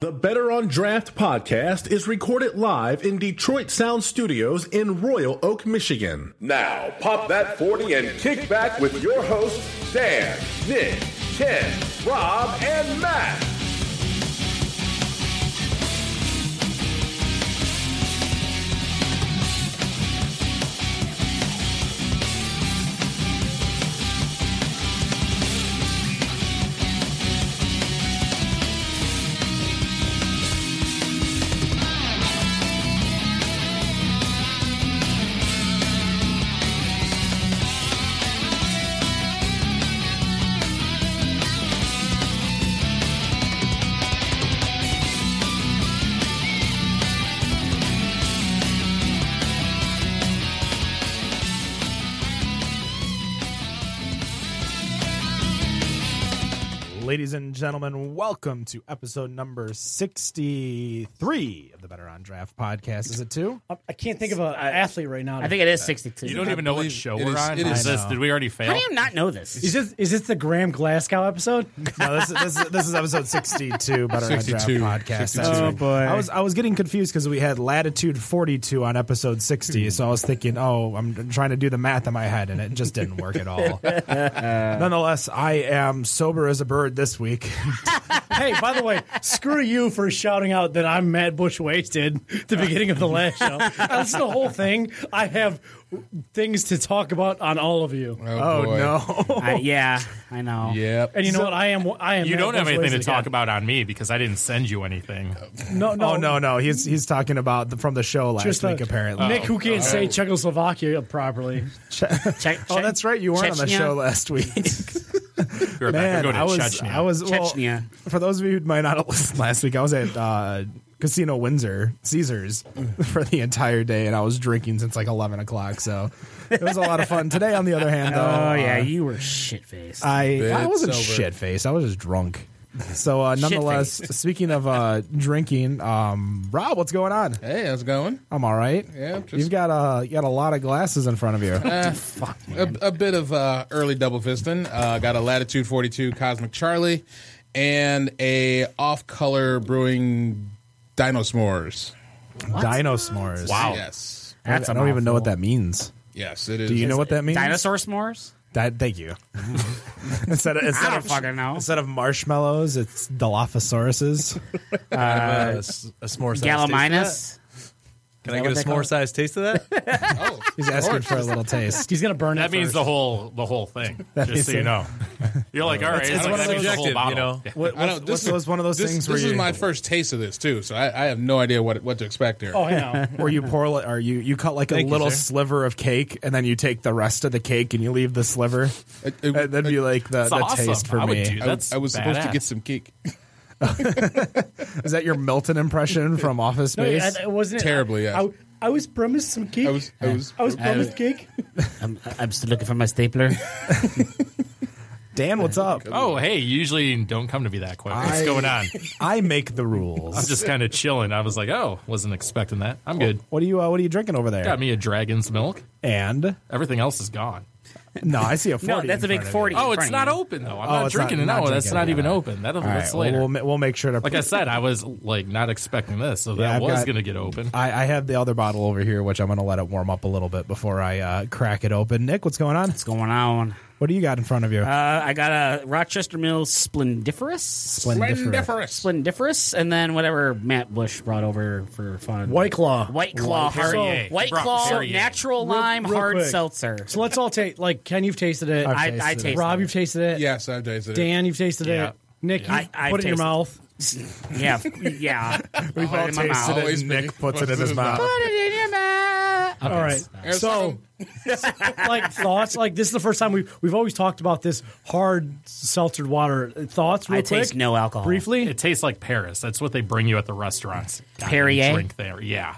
The Better on Draft podcast is recorded live in Detroit Sound Studios in Royal Oak, Michigan. Now, pop that 40 and kick back with your hosts, Dan, Nick, Ken, Rob, and Matt. Ladies and gentlemen, welcome to episode number 63 of the Better on Draft podcast. Is it two? I- I can't think of an athlete right now. I think it is 62. You don't even know what show it we're is- on. it Is is- this- did we already How fail? do you not know this? is this is this the Graham Glasgow episode? No, this is, this is, this is episode 62, Better 62. on Draft podcast. 62. That's- Oh, boy. I was, I was getting confused because we had latitude 42 on episode 60. So I was thinking, oh, I'm trying to do the math in my head, and it just didn't work at all. Nonetheless, I am sober as a bird this week. hey, by the way, screw you for shouting out that I'm Matt Bush wasted at the beginning of the last show. I listened to the whole thing. I have things to talk about on all of you. Oh, boy. no. I, yeah, I know. Yep. And you know what? I am. I am. You Matt don't have Bush anything to wasted talk again. about on me because I didn't send you anything. No, no, Oh no no he's he's talking about the, from the show last Just week a- apparently. Nick, who can't say Czechoslovakia properly. Check, Oh, that's right. You weren't on the Chechnya. show last week. We were Man, about to go to I was, Chechnya. I was well, Chechnya. For those of you who might not have listened last week, I was at uh, Casino Windsor, Caesars, for the entire day, and I was drinking since like eleven o'clock. So it was a lot of fun. Today, on the other hand, though, Oh, yeah, uh, you were shit faced. I I Bit wasn't sober. shit faced. I was just drunk. So, uh, nonetheless, speaking of uh, drinking, um, Rob, what's going on? Hey, how's it going? I'm all right. Yeah, just- you've got uh, you got a lot of glasses in front of you. A, a bit of uh, early double fisting. Uh, got a Latitude 42 Cosmic Charlie and a off-color brewing Dino S'mores. Dino s'mores. wow. Yes. I don't even know what that means. Yes, it is. Do you know what that means? Dinosaur s'mores? Di- thank you. instead of instead I don't of fucking know. instead of marshmallows, it's Dilophosaurus's. Uh, s- a s'more size taste Gallimimus? of that? Can I that get a what they call s'more size taste of that? Oh, He's asking for a little taste. He's gonna burn it. That means first. the whole the whole thing. means just so you it. know, you're like, all right, it's like, one of that those means the whole objective, bottle. you know? Yeah. What, I know, what's- this- what's one of those this, things this where is you, my first taste of this too, so I, I have no idea what what to expect here. Oh, I know. where you pour li- or you you cut like Thank a you, little sir. sliver of cake and then you take the rest of the cake and you leave the sliver. It- it- And that'd be like the, It's the awesome. taste for I would do me. that. I, That's I was supposed to badass. get some cake. Is that your Milton impression from Office No, Space? I- I- wasn't it- Terribly, I, yes. I, I was promised some cake. I was I was Oh, I was promised cake. I'm, I'm still looking for my stapler. Dan, what's up? Oh, hey, you usually don't come to me that quick. What's I- going on? I make the rules. I'm just kind of chilling. I was like, oh, wasn't expecting that. I'm good. What are you uh, What are you drinking over there? Got me a dragon's milk. And Everything else is gone. no, I see a forty. no, that's in a big front of you. 40. in Oh, front it's of not you. open though. I'm Oh, not it's not- drinking it. not No, that's drinking not it, even yeah. open. That'll All that's right, well, later. we'll, ma- we'll make sure to. like I said, I was like not expecting this, so Yeah, that I've was got- going to get open. I, I have the other bottle over here, which I'm going to let it warm up a little bit before I uh, crack it open. Nick, what's going on? What's going on? What do you got in front of you? Uh, I got a Rochester Mills Splendiferous. Splendiferous. Splendiferous, and then whatever Matt Bush brought over for fun. White Claw. White Claw, hard, Perrier. White Brock Claw, Perrier. natural Real- lime, real hard quick. seltzer. So let's all taste. Like Ken, you've tasted it. I've I, tasted I it. tasted Rob, it. you've tasted it. Yes, I've tasted it. Dan, you've tasted Yeah. it. Nick, you I- I've put it in your tasted it. mouth. Yeah, yeah. We've all Tasted it, Always and Nick big. puts it in his mouth. it in your mouth. All right. So, Aristotle. like thoughts. Like this is the first time we we've always talked about this hard seltzered water. Thoughts, real I quick. taste no alcohol. Briefly, It tastes like Paris. That's what they bring you at the restaurants. God, you Perrier? drink there. Yeah.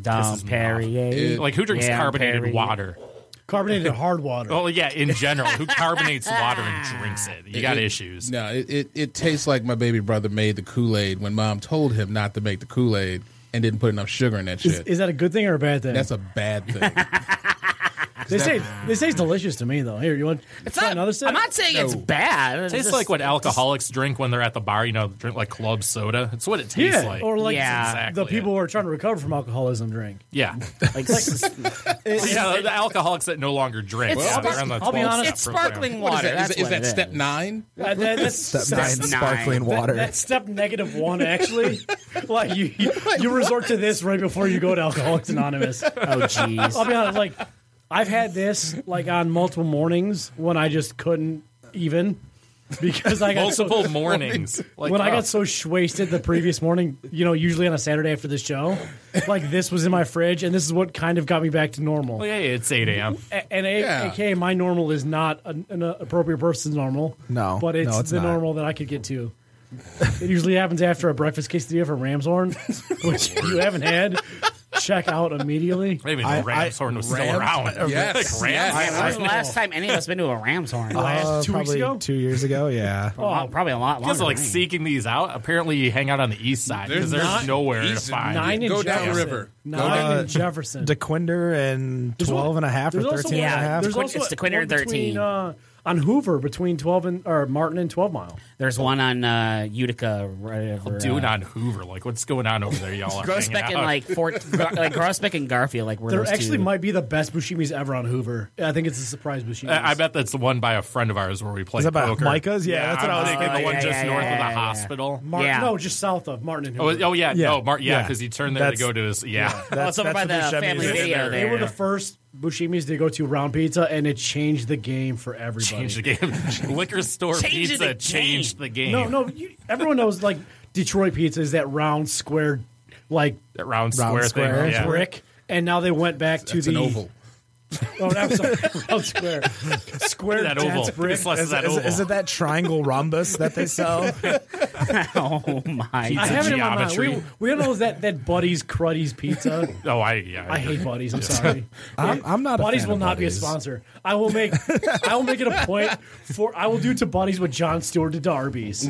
Dom Perrier. Like who drinks Yeah, carbonated Perrier. water? carbonated hard water. Oh yeah, in general, who carbonates water and drinks it? You got issues. No, it, it, it tastes like my baby brother made the Kool Aid when mom told him not to make the Kool Aid and didn't put enough sugar in that Is, shit. is that a good thing or a bad thing? That's a bad thing. They say they say it's delicious to me though. Here, you want It's try not, another sip? I'm not saying it's No. bad. It's tastes just- like what alcoholics drink when they're at the bar. You know, drink like club soda. It's what it tastes yeah, like. or like Yeah. Exactly the people who are trying to recover from alcoholism drink. yeah, like s- yeah. The alcoholics that no longer drink. It's Yeah, they're on the spark- I'll be 12 honest, it's step program. sparkling What is water. that? Is, That's that- is what that it step nine? Uh, that- that's Step that's- nine. sparkling That- water. That's step negative one, actually. like you, you, you resort to this right before you go to Alcoholics Anonymous. Oh jeez. I'll be honest, like I've had this like on multiple mornings when I just couldn't even because I got so, Multiple mornings. Like, when I oh, got so wasted the previous morning, you know, usually on a Saturday after the show, like this was in my fridge, and this is what kind of got me back to normal. yeah, it's eight a.m. A- And A- Yeah. aka my normal is not an, an appropriate person's normal. No. but it's, No, it's the not. normal that I could get to. It usually happens after a breakfast quesadilla from Ramshorn, which if you haven't had. Check out immediately. Maybe the I- ram's horn was still Ram's- around. Yes, Like, ram's yes. When was the last time any of us been to a ram's horn? Last two weeks Uh, probably ago, two years ago. Yeah. Well, probably a lot You guys longer. are like than me. seeking these out. Apparently, you hang out on the east side because They're there's not nowhere to east- find. nine in Go Jefferson. downriver. Go Nine in Jefferson. Uh, DeQuinder and 12 and a half or There's also 13 and a one- half. there's Quin- also it's a- DeQuinder one and between, 13. uh, on Hoover between 12 and or Martin and 12 Mile. There's one on uh, Utica, right over. Dude uh, on Hoover, like what's going on over there, y'all? are hanging Grossbeck and out. like Fort, Gro- like Grossbeck and Garfield, like where There those actually two- might be the best Bushimis ever on Hoover. I think it's a surprise Bushimis. I I bet that's the one by a friend of ours where we played Is that by poker. Micah's? Yeah, that's what I'm I was thinking. thinking. the one Yeah, just yeah, north yeah, of the yeah, yeah. hospital. Martin, yeah. No, just south of Martin and Oh, Hoover. oh yeah, Yeah. no, Mark, yeah, Yeah. because he turned there That's- to go to his yeah. Well, it's over by that's the what family Buscemi's is. video They there. were the first Bushimis to go to round pizza, and it changed the game for everybody. Changed the game. Liquor store Changed pizza the game. changed the game. No, no, you, everyone knows like Detroit pizza is that round, square, like that round square square. thing. Yeah. brick. And now they went back to It's the an oval. Oh, no, I'm sorry. round square, square That dense oval. brick. It's less Is, that is- oval. is it that triangle rhombus that they sell? oh my! I Pizza have it in my mind. geometry. We, we don't know that that Buddy's Cruddy's Pizza. oh, I yeah. I hate Buddies. I'm sorry. I'm, I'm not. Buddies a fan will of not be a Buddy's. sponsor. I will make I will make it a point for I will do to Buddies what John Stewart did to Arby's.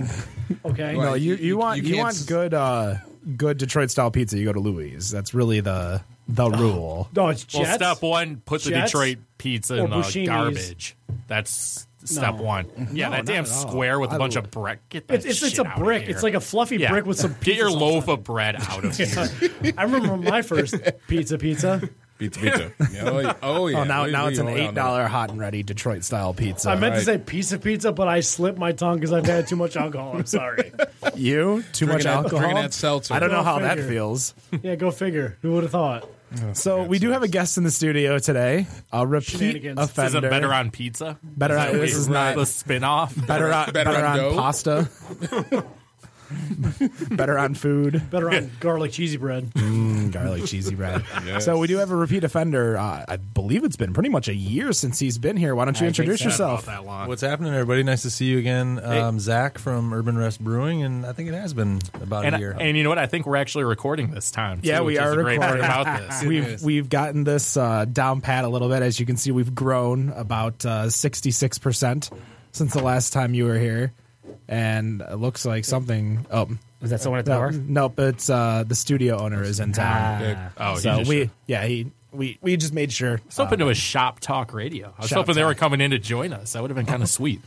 Okay. No, you, you, want you you, can't want s- good uh, good Detroit style pizza. You go to Louis. That's really the Oh. the rule. No, it's Well, Jets. step one, put the Jets, Detroit pizza or in the Buscemi's. garbage. That's step No. one. Yeah, that damn at all. square with a I bunch love- of brick. Get that It's it's, it's shit a outta brick. here. It's like a fluffy Yeah. brick with some Get your pizza sauce loaf on of bread out of here. it. I remember my first pizza pizza. Pizza, pizza. Yeah, oh, yeah. Oh, yeah. Oh, now We- now we it's an all know. eight dollar hot and ready Detroit style pizza. I meant to right. say pizza pizza, but I slipped my tongue because I've had too much alcohol. I'm sorry. you too much Drinking that- alcohol. drinking that seltzer. I don't know Go how that figure. feels. Yeah, go figure. Who would have thought? Oh, So we do have a guest in the studio today. A repeat Shenanigans. This is a Is offender. it better on pizza? Better Is that on- what this we- is not- the spin-off. better on, Better better on on dough? pasta. better on food. Better on garlic cheesy bread. garlic cheesy bread. Yes. So we do have a repeat offender. Uh, I believe it's been pretty much a year since he's been here. Why don't you introduce Not about yourself? that long. What's happening, everybody? Nice to see you again. Um, Zach from Urban Rest Brewing, and I think it has been about And, a year. and you know what? I think we're actually recording this time. Yeah, too, we which are is the great part recording. about this. We've we've gotten this uh, down pat a little bit. As you can see, we've grown about sixty six percent since the last time you were here, and it looks like something. Oh, Was that someone at the no, door? nope. It's uh, the studio owner is in town. Oh, he so just- we yeah he we we just made sure. I was hoping it was Shop Talk Radio. I was Shop hoping they were Talk. coming in to join us. That would have been kind of sweet.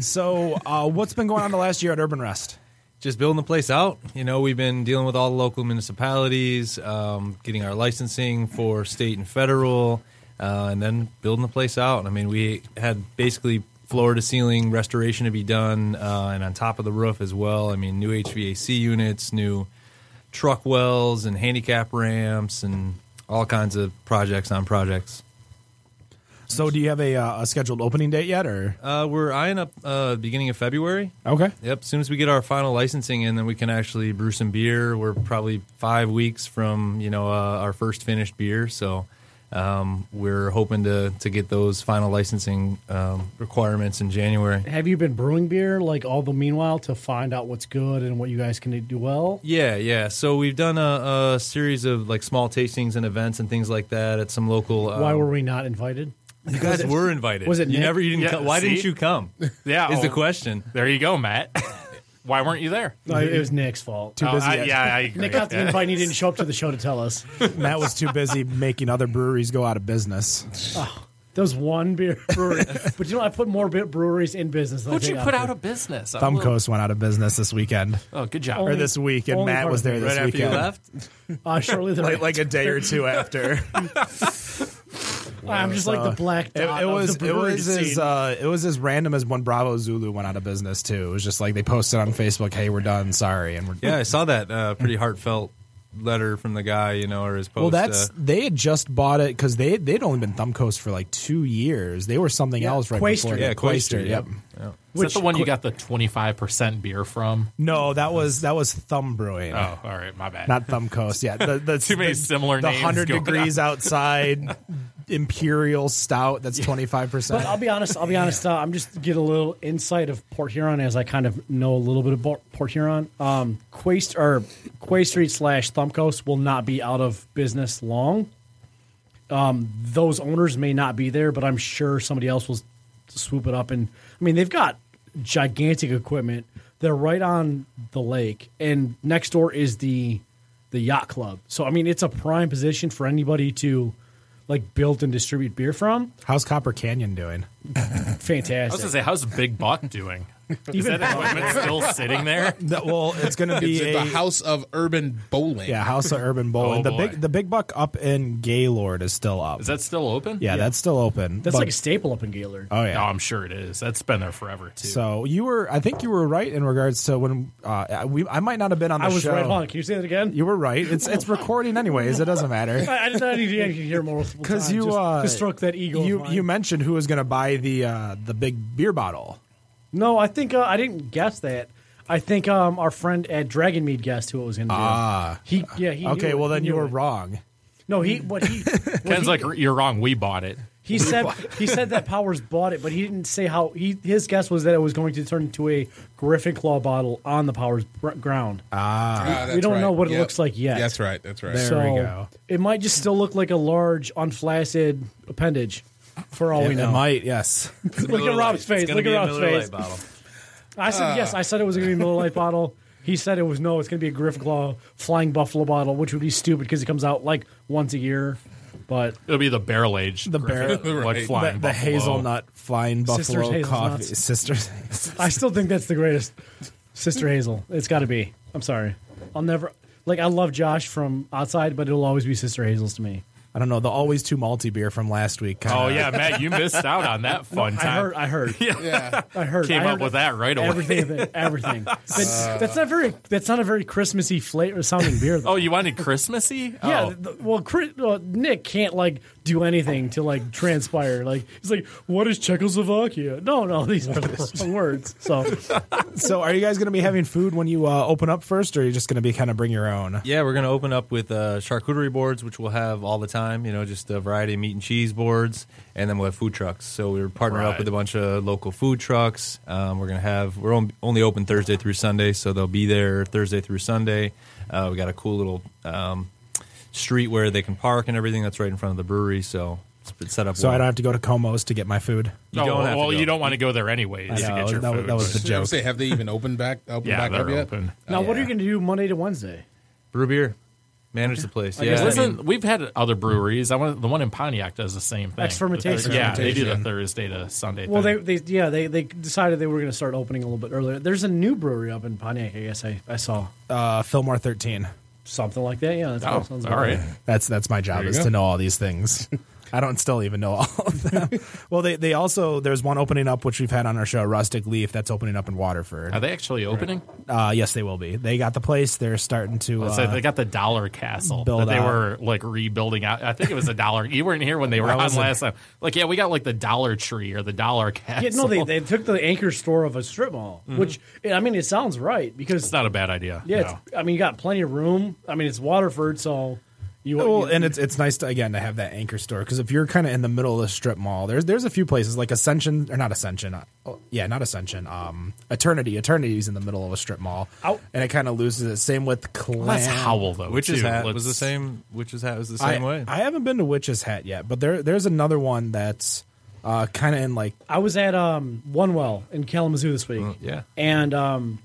So uh, what's been going on the last year at Urban Rest? Just building the place out. You know, we've been dealing with all the local municipalities, um, getting our licensing for state and federal, uh, and then building the place out. I mean, we had basically floor to ceiling restoration to be done, uh, and on top of the roof as well. I mean, new HVAC units, new truck wells, and handicap ramps, and all kinds of projects on projects. So do you have a, uh, a scheduled opening date yet, or Uh, we're eyeing up uh, beginning of February. okay? Yep. As soon as we get our final licensing in, then we can actually brew some beer. We're probably five weeks from you know uh, our first finished beer, so um, we're hoping to to get those final licensing um, requirements in January. Have you been brewing beer like all the meanwhile to find out what's good and what you guys can do well? Yeah, yeah. So we've done a, a series of like small tastings and events and things like that at some local. Um, Why were we not invited? you guys were invited? was it you Nick? never? You didn't. Yeah, come, why see? didn't you come? Yeah, is the oh. question. There you go, Matt. Why weren't you there? No, it was Nick's fault. Too Oh, busy. I, yeah, I agree. Nick got the Yeah. invite. and He didn't show up to the show to tell us. Matt was too busy making other breweries go out of business. That was one beer brewery. but you know, I put more beer breweries in business. than I Who'd you think put I out of business? I'm a little- Thumbcoast went out of business this weekend Oh, good job. or this week, and only Matt was there part- this right after you weekend. left. Uh, surely the Like, like a day or two after. I'm just like the black uh, It, dot. it was of the it brewery was as scene. uh, it was as random as when Bravo Zulu went out of business too. It was just like they posted on Facebook, "Hey, we're done. Sorry," and we're Yeah, I saw that uh, pretty heartfelt letter from the guy, you know, or his post. Well, that's uh, they had just bought it because they they'd only been Thumbcoast for like two years. They were something else right Quaester. before. yeah, that. Quaster. Yep. yep. Is that the one you got the 25% beer from? No, that was that was Thumb Brewing, Oh, all right. My bad. not Thumbcoast. Yeah, the, the, Too many the, similar The names hundred going degrees outside imperial stout. That's twenty five But I'll um, percent. be honest. I'll be honest. Uh, I'm just get a little insight of Port Huron as I kind of know a little bit about Port Huron. Um, Quay St- or Quay Street slash Thumbcoast will not be out of business long. Um, those owners may not be there, but I'm sure somebody else will swoop it up. And I mean, they've got gigantic equipment. They're right on the lake, and next door is the the yacht club. So I mean, it's a prime position for anybody to like build and distribute beer from. How's Copper Canyon doing? I was Fantastic. going to say, how's Big Buck doing? Is Even- that equipment still sitting there? That- well, it's going to be It's a- the House of Urban Bowling. yeah House of Urban Bowling. Oh, the boy. big the big buck up in Gaylord is still up. Is that still open? yeah, that's still open. That's but- like a staple up in Gaylord. oh yeah. No, I'm sure it is. That's been there forever, too. so you were, I think you were right in regards to when uh, we. I might not have been on the I was show. right on. Can you say that again? You were right. It's it's recording anyways. It doesn't matter I, I did not need to hear multiple times. because you just, uh, just stroke that ego. of You mine. you mentioned who was going to buy the uh, the big beer bottle. no, I think uh, I didn't guess that. I think um, our friend at Dragon Mead guessed who it was going to be. Ah, he yeah. He knew Okay, it. well He then you knew were it. wrong. No, he what he what Ken's he- like, you're wrong. We bought it. He said he said that Powers bought it, but he didn't say how. He his guess was that it was going to turn into a Griffin Claw bottle on the Powers br- ground. Ah, that's We don't right. know what it Yep. looks like yet. That's right. That's right. so we go. it might just still look like a large unflaccid appendage. For all we It- know, It might yes. Look at Rob's face. Look at Rob's face. I said yes. I said it was going to be a Miller Lite bottle. He said it was no. It's going to be a Griff Claw Flying Buffalo bottle, which would be stupid because it comes out like once a year. But It'll be the barrel aged. The barrel- Like Right. The, flying the buffalo. hazelnut flying Sisters buffalo coffee hazelnuts. sisters. I still think that's the greatest. Sister Hazel. It's got to be. I'm sorry. I'll never. Like, I love Josh from outside, but it'll always be Sister Hazel's to me. I don't know the always too malty beer from last week. kinda- Oh, yeah, Matt, you missed out on that fun I time. heard. I heard. Yeah. I heard. Came I up heard with that right away. Everything. that- Everything. That's, that's not very. That's not a very Christmassy flavor sounding beer, though. Uh. Oh, you wanted Christmassy? Yeah, Oh. th- th- well, Chris, uh, Nick can't like do anything to like transpire. Like he's like, "What is Czechoslovakia?" No, no, these are the wrong words. So So are you guys going to be having food when you uh, open up first, or are you just going to be kind of bring your own? Yeah, we're going to open up with uh, charcuterie boards, which we'll have all the time. You know, just a variety of meat and cheese boards, and then we'll have food trucks. So we're partnering Right. up with a bunch of local food trucks. Um, we're going to have we're on- only open Thursday through Sunday, so they'll be there Thursday through Sunday. Uh, we got a cool little um, street where they can park and everything. That's right in front of the brewery, so it's been set up. So well. I don't have to go to Como's to get my food. You Oh, don't have to well, go. you don't want to go there anyways to know, get your that was- food. that was but- the- Joke. Say, have they even opened back? Opened yeah, back up they're yet? open. now, what are yeah. you going to do Monday to Wednesday? brew beer, manage the place. Yeah, I mean- Listen, we've had other breweries. I want the one in Pontiac does the same thing. Ex fermentation. Yeah, they do the Fermentation. Thursday to Sunday. Well, they, thing. they yeah they they decided they were going to start opening a little bit earlier. There's a new brewery up in Pontiac. I guess I, I saw Uh, Fillmore thirteen. something like that. Yeah, that Oh, sounds all about right. That's that's my job is go. to know all these things. I don't still even know all of them. well, they they also there's one opening up which we've had on our show, Rustic Leaf. That's opening up in Waterford. Are they actually opening? Uh, yes, they will be. They got the place. They're starting to. It's like Uh, they got the Dollar Castle build that they out. were like rebuilding out. I think it was a dollar. You weren't here when they were I on wasn't. last time. Like, yeah, we got like the Dollar Tree or the Dollar Castle. Yeah, no, they, they took the anchor store of a strip mall, which I mean, it sounds right because Mm-hmm. it's not a bad idea. yeah, no. it's, I mean, you got plenty of room. I mean, it's Waterford, so you well, you- and it's it's nice to again to have that anchor store because if you're kind of in the middle of the strip mall, there's there's a few places like Ascension or not Ascension, uh, oh, yeah, not Ascension. Um, Eternity, Eternity's in the middle of a strip mall, Ow. and it kind of loses it. Same with Clan. Let's howl though. Witch's too. hat Let's- was the same. Witch's hat was the I, same way. I haven't been to Witch's Hat yet, but there there's another one that's uh, kind of in like I was at um, One Well in Kalamazoo this week. yeah. and um,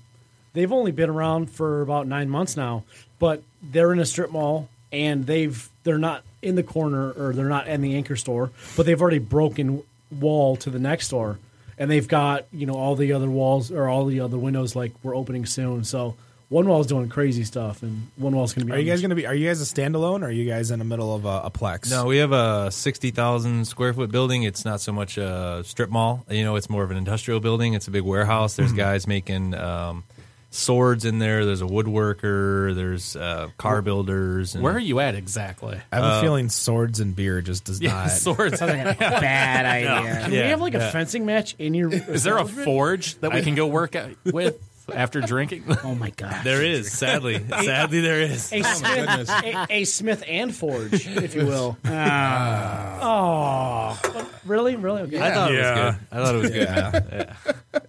they've only been around for about nine months now, but they're in a strip mall and they've they're not in the corner or they're not in the anchor store, but they've already broken wall to the next door, and they've got you know all the other walls or all the other windows like we're opening soon. So one wall's doing crazy stuff, and one wall's going to be. Are you guys under- Um, going to be? Are you guys a standalone? Or are you guys in the middle of a, a plex? No, we have a 60,000 square foot building. It's not so much a strip mall. You know, it's more of an industrial building. It's a big warehouse. There's guys making um, swords in there. There's a woodworker. There's uh, car builders. And, Where are you at exactly? I have uh, a feeling swords and beer just does not. Swords. Bad idea. Can we have like a fencing match in your? Is there a forge that we can go work at, with after drinking? Oh my god. There is, sadly. sadly, there is. a Smith, goodness. a, a Smith and Forge, if you will. oh, What? really, really? Okay. I thought it was Yeah. good. I thought it was good.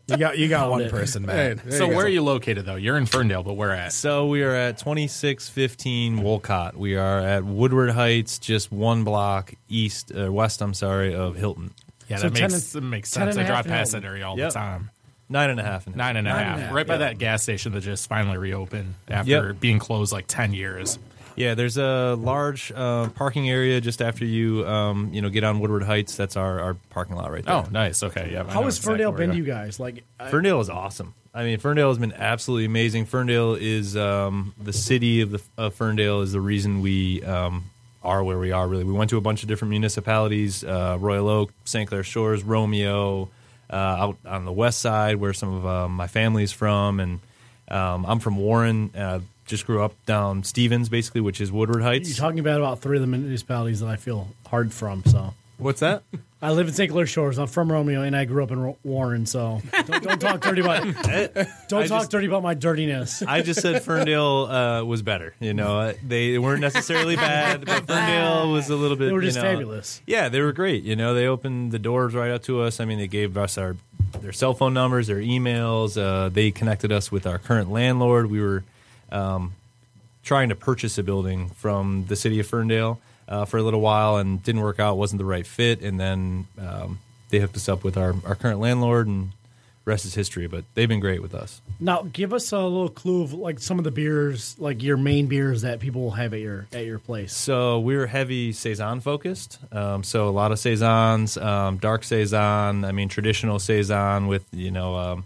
you got you got one person, man. Hey, there so you go. where are you located though? You're in Ferndale, but where at? So we are at 2615 Wolcott. We are at Woodward Heights, just one block east, uh, west, I'm sorry, of Hilton. Yeah, So that ten makes and- that makes ten sense. and I a half drive past and that area all Yep. the time. Nine and a half. And Nine and a half, right by that gas station that just finally reopened after Yep. being closed like ten years. Yeah, there's a large uh, parking area just after you, um, you know, get on Woodward Heights. That's our, our parking lot right there. Oh, nice. Okay, yeah. I How know has exactly Ferndale where been are. to you guys? Like, I- Ferndale is awesome. I mean, Ferndale has been absolutely amazing. Ferndale is um, the city of the of Ferndale is the reason we um, are where we are. Really, we went to a bunch of different municipalities: uh, Royal Oak, St. Clair Shores, Romeo, uh, out on the west side where some of uh, my family's from, and um, I'm from Warren. Uh, just grew up down Stevens, basically, which is Woodward Heights. you're talking about about three of the municipalities that I feel hard from. So What's that? I live in St. Clair Shores. I'm from Romeo, and I grew up in Ro- Warren. So don't, don't talk dirty about don't I talk just- dirty about my dirtiness. I just said Ferndale uh, was better. You know, Uh, they weren't necessarily bad, but Ferndale was a little bit. They were just you know- fabulous. Yeah, they were great. You know, they opened the doors right up to us. I mean, they gave us our their cell phone numbers, their emails. Uh, they connected us with our current landlord. We were um, trying to purchase a building from the city of Ferndale uh, for a little while and didn't work out. wasn't the right fit, and then um, they hooked us up with our our current landlord and. Rest is history, but they've been great with us. Now, give us a little clue of like some of the beers, like your main beers that people will have at your at your place. So we were heavy saison focused. Um, so a lot of saisons, um, dark saison. I mean, traditional saison with you know um,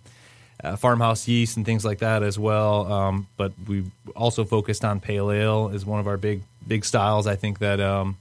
uh, farmhouse yeast and things like that as well. Um, but we also focused on pale ale is one of our big big styles. I think that um,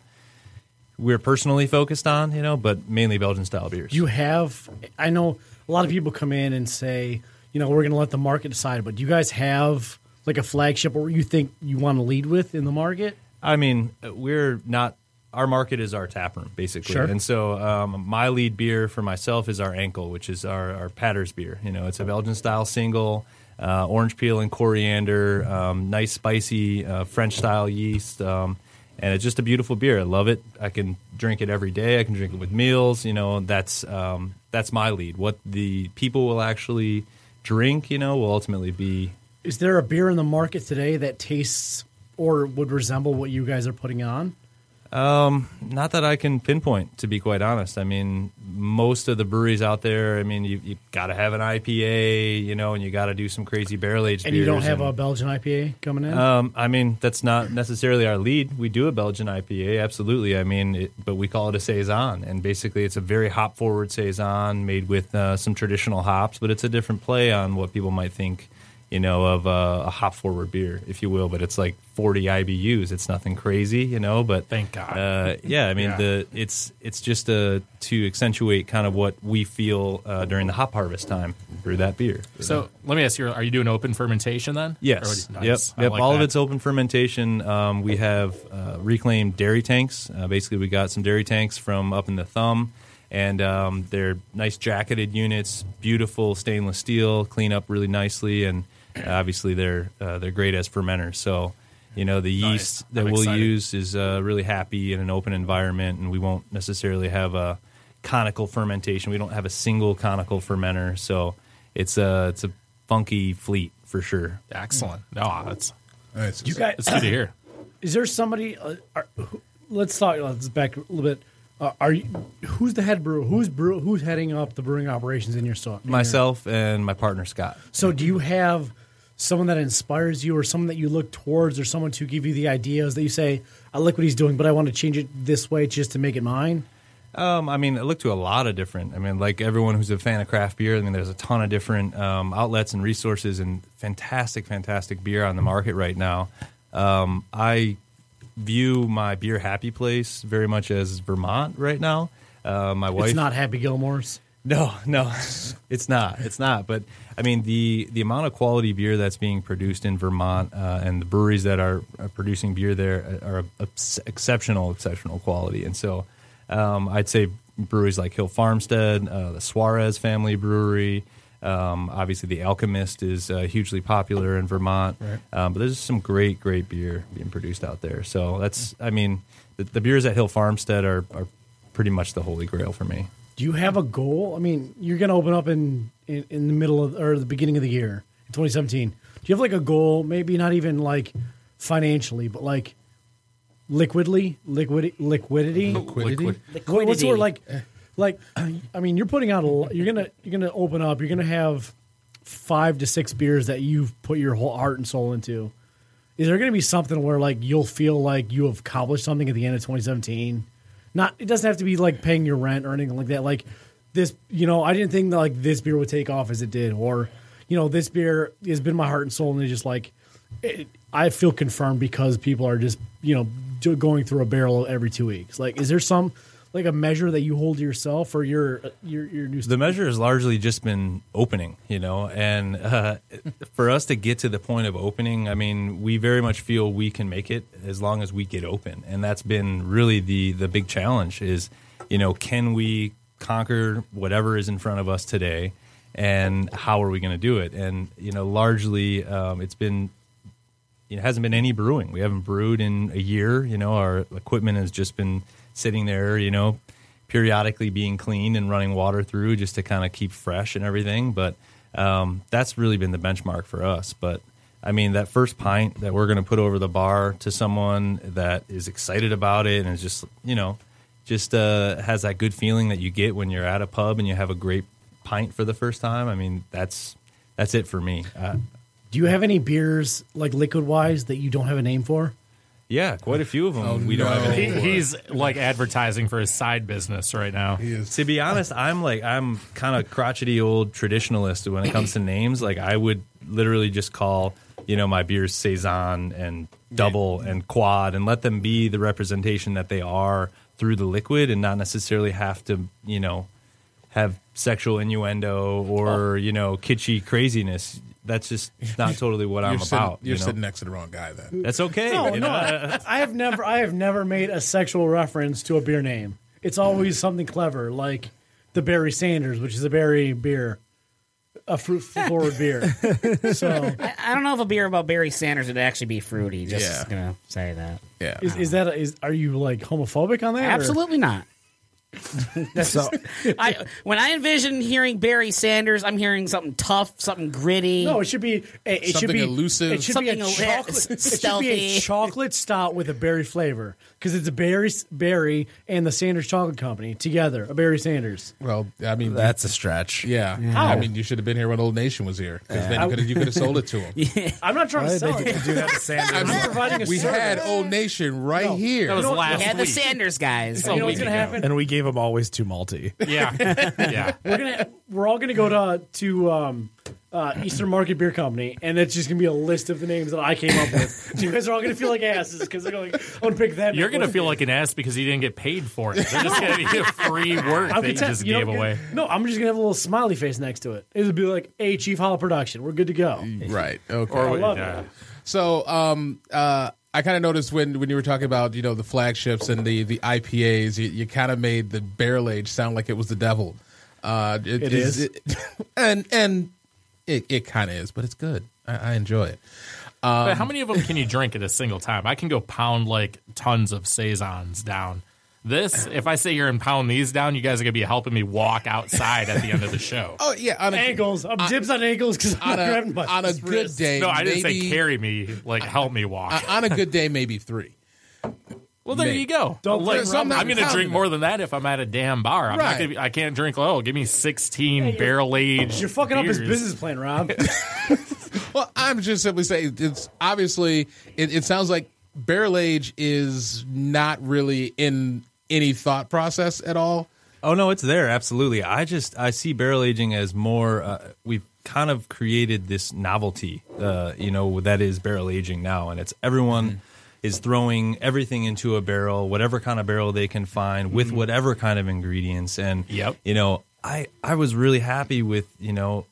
we're personally focused on you know, but mainly Belgian style beers. Do you have? I know a lot of people come in and say, you know, we're going to let the market decide. But do you guys have like a flagship or you think you want to lead with in the market? I mean, we're not. Our market is our tap room, basically, Sure. and so um, my lead beer for myself is our ankle, which is our our Patters beer. You know, it's a Belgian style single, uh, orange peel and coriander, um, nice spicy uh, French style yeast, um, and it's just a beautiful beer. I love it. I can drink it every day. I can drink it with meals. You know, that's um, that's my lead. What the people will actually drink, you know, will ultimately be Is there a beer in the market today that tastes or would resemble what you guys are putting on? Not that I can pinpoint, to be quite honest. I mean, most of the breweries out there, I mean, you, you got to have an IPA, you know, and you got to do some crazy barrel aged. And you don't have a Belgian IPA coming in? Um, I mean, that's not necessarily our lead. We do a Belgian IPA, absolutely. I mean, it, but we call it a saison, and basically, it's a very hop forward saison made with uh, some traditional hops, but it's a different play on what people might think, you know, of uh, a hop forward beer, if you will. But it's like 40 IBUs. It's nothing crazy, you know. But Thank God. uh, yeah, I mean, Yeah. the it's it's just uh, to accentuate kind of what we feel uh, during the hop harvest time through that beer. So let me ask you: Are you doing open fermentation then? Yes. Or- nice. Yep. I Yep. like All of that. it's open fermentation. Um, we have uh, reclaimed dairy tanks. Uh, basically, we got some dairy tanks from up in the thumb, and um, they're nice jacketed units, beautiful stainless steel, clean up really nicely, and obviously they're uh, they're great as fermenters. So. You know the yeast that I'm we'll excited. use is uh, really happy in an open environment, and we won't necessarily have a conical fermentation. We don't have a single conical fermenter, so it's a it's a funky fleet for sure. excellent. No, ah, that's Nice. you guys, that's good to hear. is there somebody? Uh, are, who, let's talk. Let's back a little bit. Uh, are you? Who's the head brewer? Who's brew? Who's heading up the brewing operations in your store? in your- myself and my partner Scott. So do you have someone that inspires you or someone that you look towards or someone to give you the ideas that you say, I like what he's doing, but I want to change it this way just to make it mine? Um, I mean, I look to a lot of different. I mean, like everyone who's a fan of craft beer, I mean, there's a ton of different um, outlets and resources and fantastic, fantastic beer on the market right now. Um, I view my beer happy place very much as Vermont right now. Uh, my wife It's not Happy Gilmore's. no, no, it's not. It's not. But I mean, the the amount of quality beer that's being produced in Vermont uh, and the breweries that are uh, producing beer there uh, are ex- exceptional, exceptional quality. And so, um, I'd say breweries like Hill Farmstead, uh, the Suarez Family Brewery. Um, obviously, the Alchemist is uh, hugely popular in Vermont, um, but there's some great, great beer being produced out there. So that's, I mean, the, the beers at Hill Farmstead are, are pretty much the holy grail for me. Do you have a goal? I mean, you're going to open up in, in in the middle of or the beginning of the year, in 2017. Do you have like a goal? Maybe not even like financially, but like liquidly, liquid liquidity. Liquidity? What- What's the word Liquidity. like? Like, I mean, you're putting out a. l- You're gonna you're gonna open up. You're gonna have five to six beers that you've put your whole heart and soul into. Is there gonna be something where like you'll feel like you have accomplished something at the end of 2017? Not it doesn't have to be like paying your rent or anything like that. Like this, you know, I didn't think that like this beer would take off as it did, or you know, this beer has been my heart and soul, and it just like it, I feel confirmed because people are just you know do, going through a barrel every two weeks. Like, is there some like a measure that you hold to yourself or your your your new the measure has largely just been opening, you know, and uh, for us to get to the point of opening, I mean, we very much feel we can make it as long as we get open, and that's been really the the big challenge is, you know, can we conquer whatever is in front of us today, and how are we going to do it? And you know, largely, um, it's been it hasn't been any brewing. We haven't brewed in a year. You know, our equipment has just been sitting there. You know, periodically being cleaned and running water through just to kind of keep fresh and everything. But um, that's really been the benchmark for us. But I mean, that first pint that we're going to put over the bar to someone that is excited about it and is just you know just uh, has that good feeling that you get when you're at a pub and you have a great pint for the first time. I mean, that's that's it for me. Uh, Do you have any beers like liquid wise that you don't have a name for? yeah, quite a few of them. we don't have no. any. He, he's like advertising for his side business right now. To be honest, I'm like I'm kind of crotchety old traditionalist when it comes to names. Like I would literally just call you know my beers saison and double and quad and let them be the representation that they are through the liquid and not necessarily have to you know have sexual innuendo Oh. or you know kitschy craziness. That's just not totally what I'm You're, sitting, about. you're you know? sitting next to the wrong guy then. That's okay. you know? I, I have never I have never made a sexual reference to a beer name. It's always something clever, like the Barry Sanders, which is a berry beer, a fruit forward beer. So I, I don't know if a beer about Barry Sanders would actually be fruity. Just Yeah. gonna say that. Yeah. is, is that a, is are you like homophobic on that? or- Absolutely not. That's just- I, when I envision hearing Barry Sanders, I'm hearing something tough, something gritty. No, it should be it, it should Something be elusive. It should be a Something el- chocolate. It should be stealthy. a chocolate stout with a berry flavor because it's a berry berry and the Sanders Chocolate Company together. A Barry Sanders. well, I mean, That's a stretch. yeah. I mean, you should have been here when Old Nation was here because then you could have you could have sold it to him. I'm not trying to sell They it. do have a Sanders. I'm providing a We service. had Old Nation right here. That was last yeah, the week. Sanders guys. You know what's gonna happen? and we gave them always too malty. yeah, yeah. We're gonna we're all gonna go to to um, uh, Eastern Market Beer Company, and it's just gonna be a list of the names that I came up with. you guys are all gonna feel like asses because they're going, I'm gonna pick that. You're gonna feel like an ass because you didn't get paid for it. They're just gonna be a free work I'm that you content- just you know, gave away. No, I'm just gonna have a little smiley face next to it. It'll be like, "Hey, Chief Hollow Production, we're good to go." Right. Okay. Or love it. yeah. So, um, uh, I kind of noticed when, when you were talking about you know the flagships and the the IPAs, you, you kind of made the barrel age sound like it was the devil. Uh, It is. it- and and it it kind of is, but it's good. I, I enjoy it. But Um, how many of them can you drink at a single time? I can go pound like tons of saisons down. This, if I sit here and pound these down, you guys are gonna be helping me walk outside at the end of the show. Oh yeah, on a, Ankles. I'm dibs on ankles because I'm on not a, grabbing my on a good day, No, I didn't maybe, say carry me. Like help me walk. On a good day, maybe three. well, there mate. you go. Don't like, put it around I'm, gonna the counter. drink more than that if I'm at a damn bar. I'm not Right. gonna be- I can't drink. Oh, give me 16 barrel aged. You're fucking up his business plan, Rob. Well, I'm just simply saying it's obviously it, it sounds like barrel age is not really in any thought process at all. Oh no, it's there absolutely. I just I see barrel aging as more. Uh, we've kind of created this novelty, uh, you know, that is barrel aging now, and it's everyone is throwing everything into a barrel, whatever kind of barrel they can find, with whatever kind of ingredients, and Yep. you know, I I was really happy with you know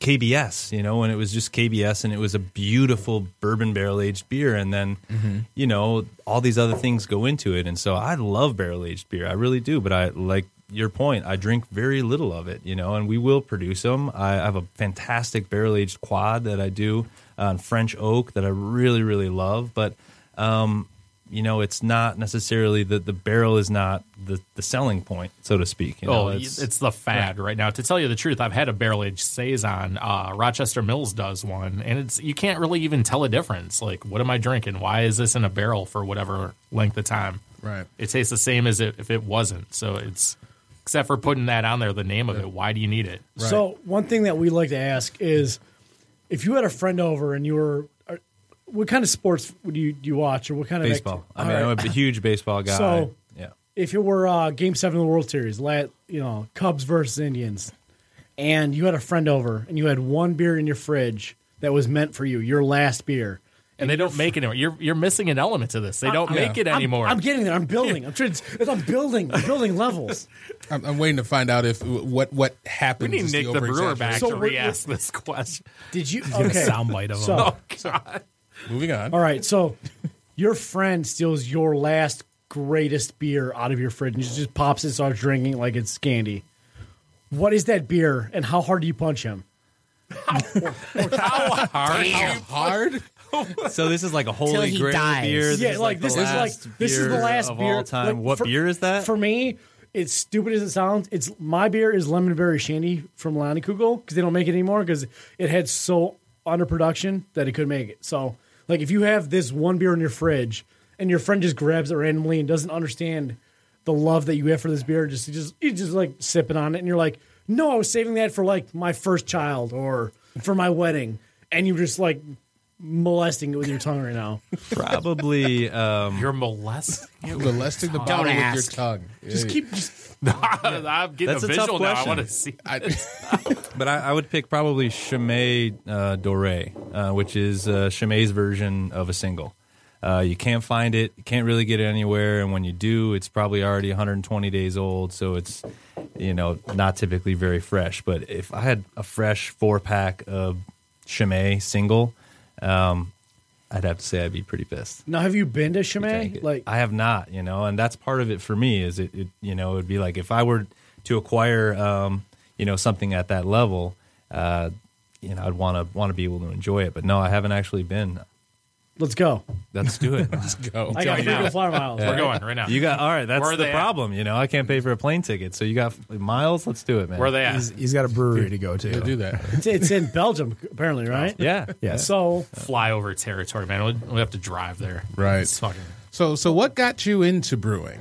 KBS, you know, and it was just KBS and it was a beautiful bourbon barrel aged beer. And then, Mm-hmm. you know, all these other things go into it. And so I love barrel aged beer. I really do. But I like your point, I drink very little of it, you know, and we will produce them. I have a fantastic barrel aged quad that I do on French oak that I really, really love. But, um, you know, it's not necessarily that the barrel is not the, the selling point, so to speak. You oh, know, it's, the fad right. now. To tell you the truth, I've had a barrel aged saison. Uh, Rochester Mills does one, and it's you can't really even tell a difference. Like, what am I drinking? Why is this in a barrel for whatever length of time? Right. It tastes the same as it, if it wasn't. So it's except for putting that on there, the name of it. Why do you need it? So one thing that we like to ask is, if you had a friend over and you were, are- what kind of sports would you do you watch or what kind of baseball. acti- I mean, All right. I'm a huge baseball guy. So- yeah. if it were uh, Game Seven of the World Series, la you know Cubs versus Indians, and you had a friend over and you had one beer in your fridge that was meant for you, your last beer. And they don't make it anymore. You're you're missing an element to this. They don't make it I'm- anymore. I'm, getting there. I'm building. I'm trying. to- I'm building. I'm building levels. I'm, I'm waiting to find out if what what happens. we need is Nick the Brewer overexaggeration. back So to we're- re-ask this question. Did you? Okay. soundbite of So, them. Moving on. all right. So, your friend steals your last greatest beer out of your fridge and just pops it, and starts drinking like it's candy. What is that beer, and how hard do you punch him? How hard? Hard. So this is like a Till holy he grail dies. beer. yeah, like, this the is like last this is the beer last of beer all time. like, what for- beer is that? For me, it's stupid as it sounds. It's my beer is lemon berry shandy from Lonnie Kugel because they don't make it anymore because it had so under production that it couldn't make it. So, like, if you have this one beer in your fridge and your friend just grabs it randomly and doesn't understand the love that you have for this beer, just you just you just like sipping on it and you're like, no, I was saving that for like my first child or for my wedding, and you're just like molesting it with your tongue right now. Probably. Um, You're molesting. Molesting the bottle with your ask. tongue. Just keep just I'm getting That's a a tough visual now. I question. want to see. I, but I, I would pick probably Chimay uh, Doré, uh, which is uh, Chimay's version of a single. Uh, you can't find it, you can't really get it anywhere, and when you do, it's probably already 120 days old, so it's you know not typically very fresh. But if I had a fresh four pack of Chimay single, um, I'd have to say I'd be pretty pissed. now. Have you been to drank Chimay? it. Like, I have not, you know, and that's part of it for me is it, it you know, it would be like if I were to acquire, um, you know, something at that level, uh, you know, I'd want to want to be able to enjoy it. But no, I haven't actually been. let's go. Let's do it. Let's go. I got frequent flyer miles. We're going right now. You got all right. That's Where are the they at? problem. You know, I can't pay for a plane ticket, so you got miles. Let's do it, man. Where are they at? He's, he's got a brewery to go to. do that. It's, it's in Belgium, apparently, right? Yeah. Yeah. So Flyover territory, man. We we have to drive there. Right. It's fucking. So so what got you into brewing?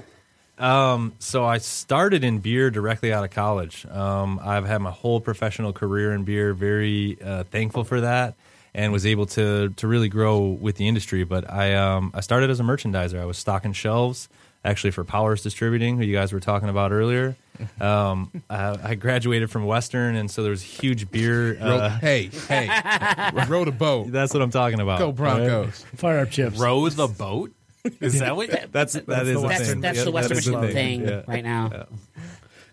so I started in beer directly out of college. Um, I've had my whole professional career in beer. Very uh, thankful for that, and was able to to really grow with the industry. But I um, I started as a merchandiser. I was stocking shelves actually for Powers Distributing, who you guys were talking about earlier. Um, I, I graduated from Western, and so there was huge beer. Row- Uh, hey, hey, rowed a boat. that's what I'm talking about. Go Broncos. fire up chips. Row the boat? Is that what? That's that is the a That's, thing. that's Yeah, the that Western is a Michigan thing Yeah. right now. No,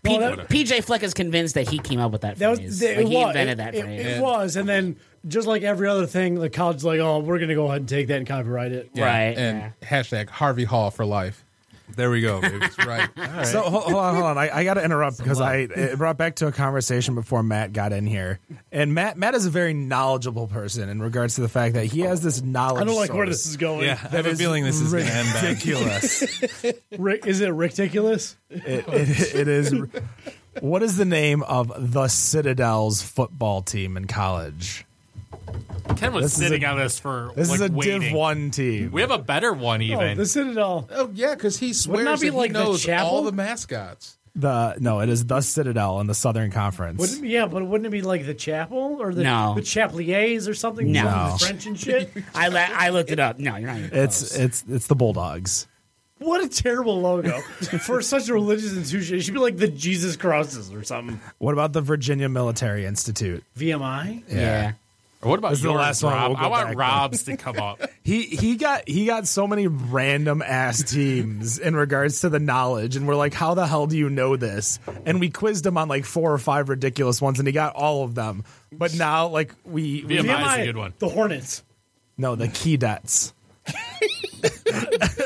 P- that- PJ Fleck is convinced that he came up with that That was phrase. that- like it he was, invented it, that it- phrase. it was, and then just like every other thing, the college's like, oh, we're gonna go ahead and take that and copyright it. Right. And hashtag Harvey Hall for life. There we go. baby. Right. So hold, hold on, hold on. I, I got to interrupt because I it brought back to a conversation before Matt got in here, and Matt Matt is a very knowledgeable person in regards to the fact that he has this knowledge. I don't like where source. this is going. Yeah, I have a feeling this is going to end bad. ridiculous. Rick, is it ridiculous? it, it, it is. What is the name of the Citadel's football team in college? Ken was This is sitting a- on this for This like, is a waiting. Div One team. We have a better one, even. Oh, the Citadel. Oh yeah, because he swears Wouldn't that be that like he the knows chapel? all the mascots. The no, it is the Citadel in the Southern Conference. Wouldn't, yeah, but wouldn't it be like the chapel or the, No. the chapeliers or something? No. Something French and shit. I la- I looked it up. No, you're not. Even It's close. it's it's the Bulldogs. what a terrible logo for such a religious institution. It should be like the Jesus crosses or something. What about the Virginia Military Institute? VMI. yeah. Or what about This is the yours, last one. Rob? We'll go I want back. Rob's to come up. He he got he got so many random ass teams in regards to the knowledge, and we're like, how the hell do you know this? And we quizzed him on like four or five ridiculous ones, and he got all of them. But now, like we, we VMI is a good one. The Hornets. no the key debts.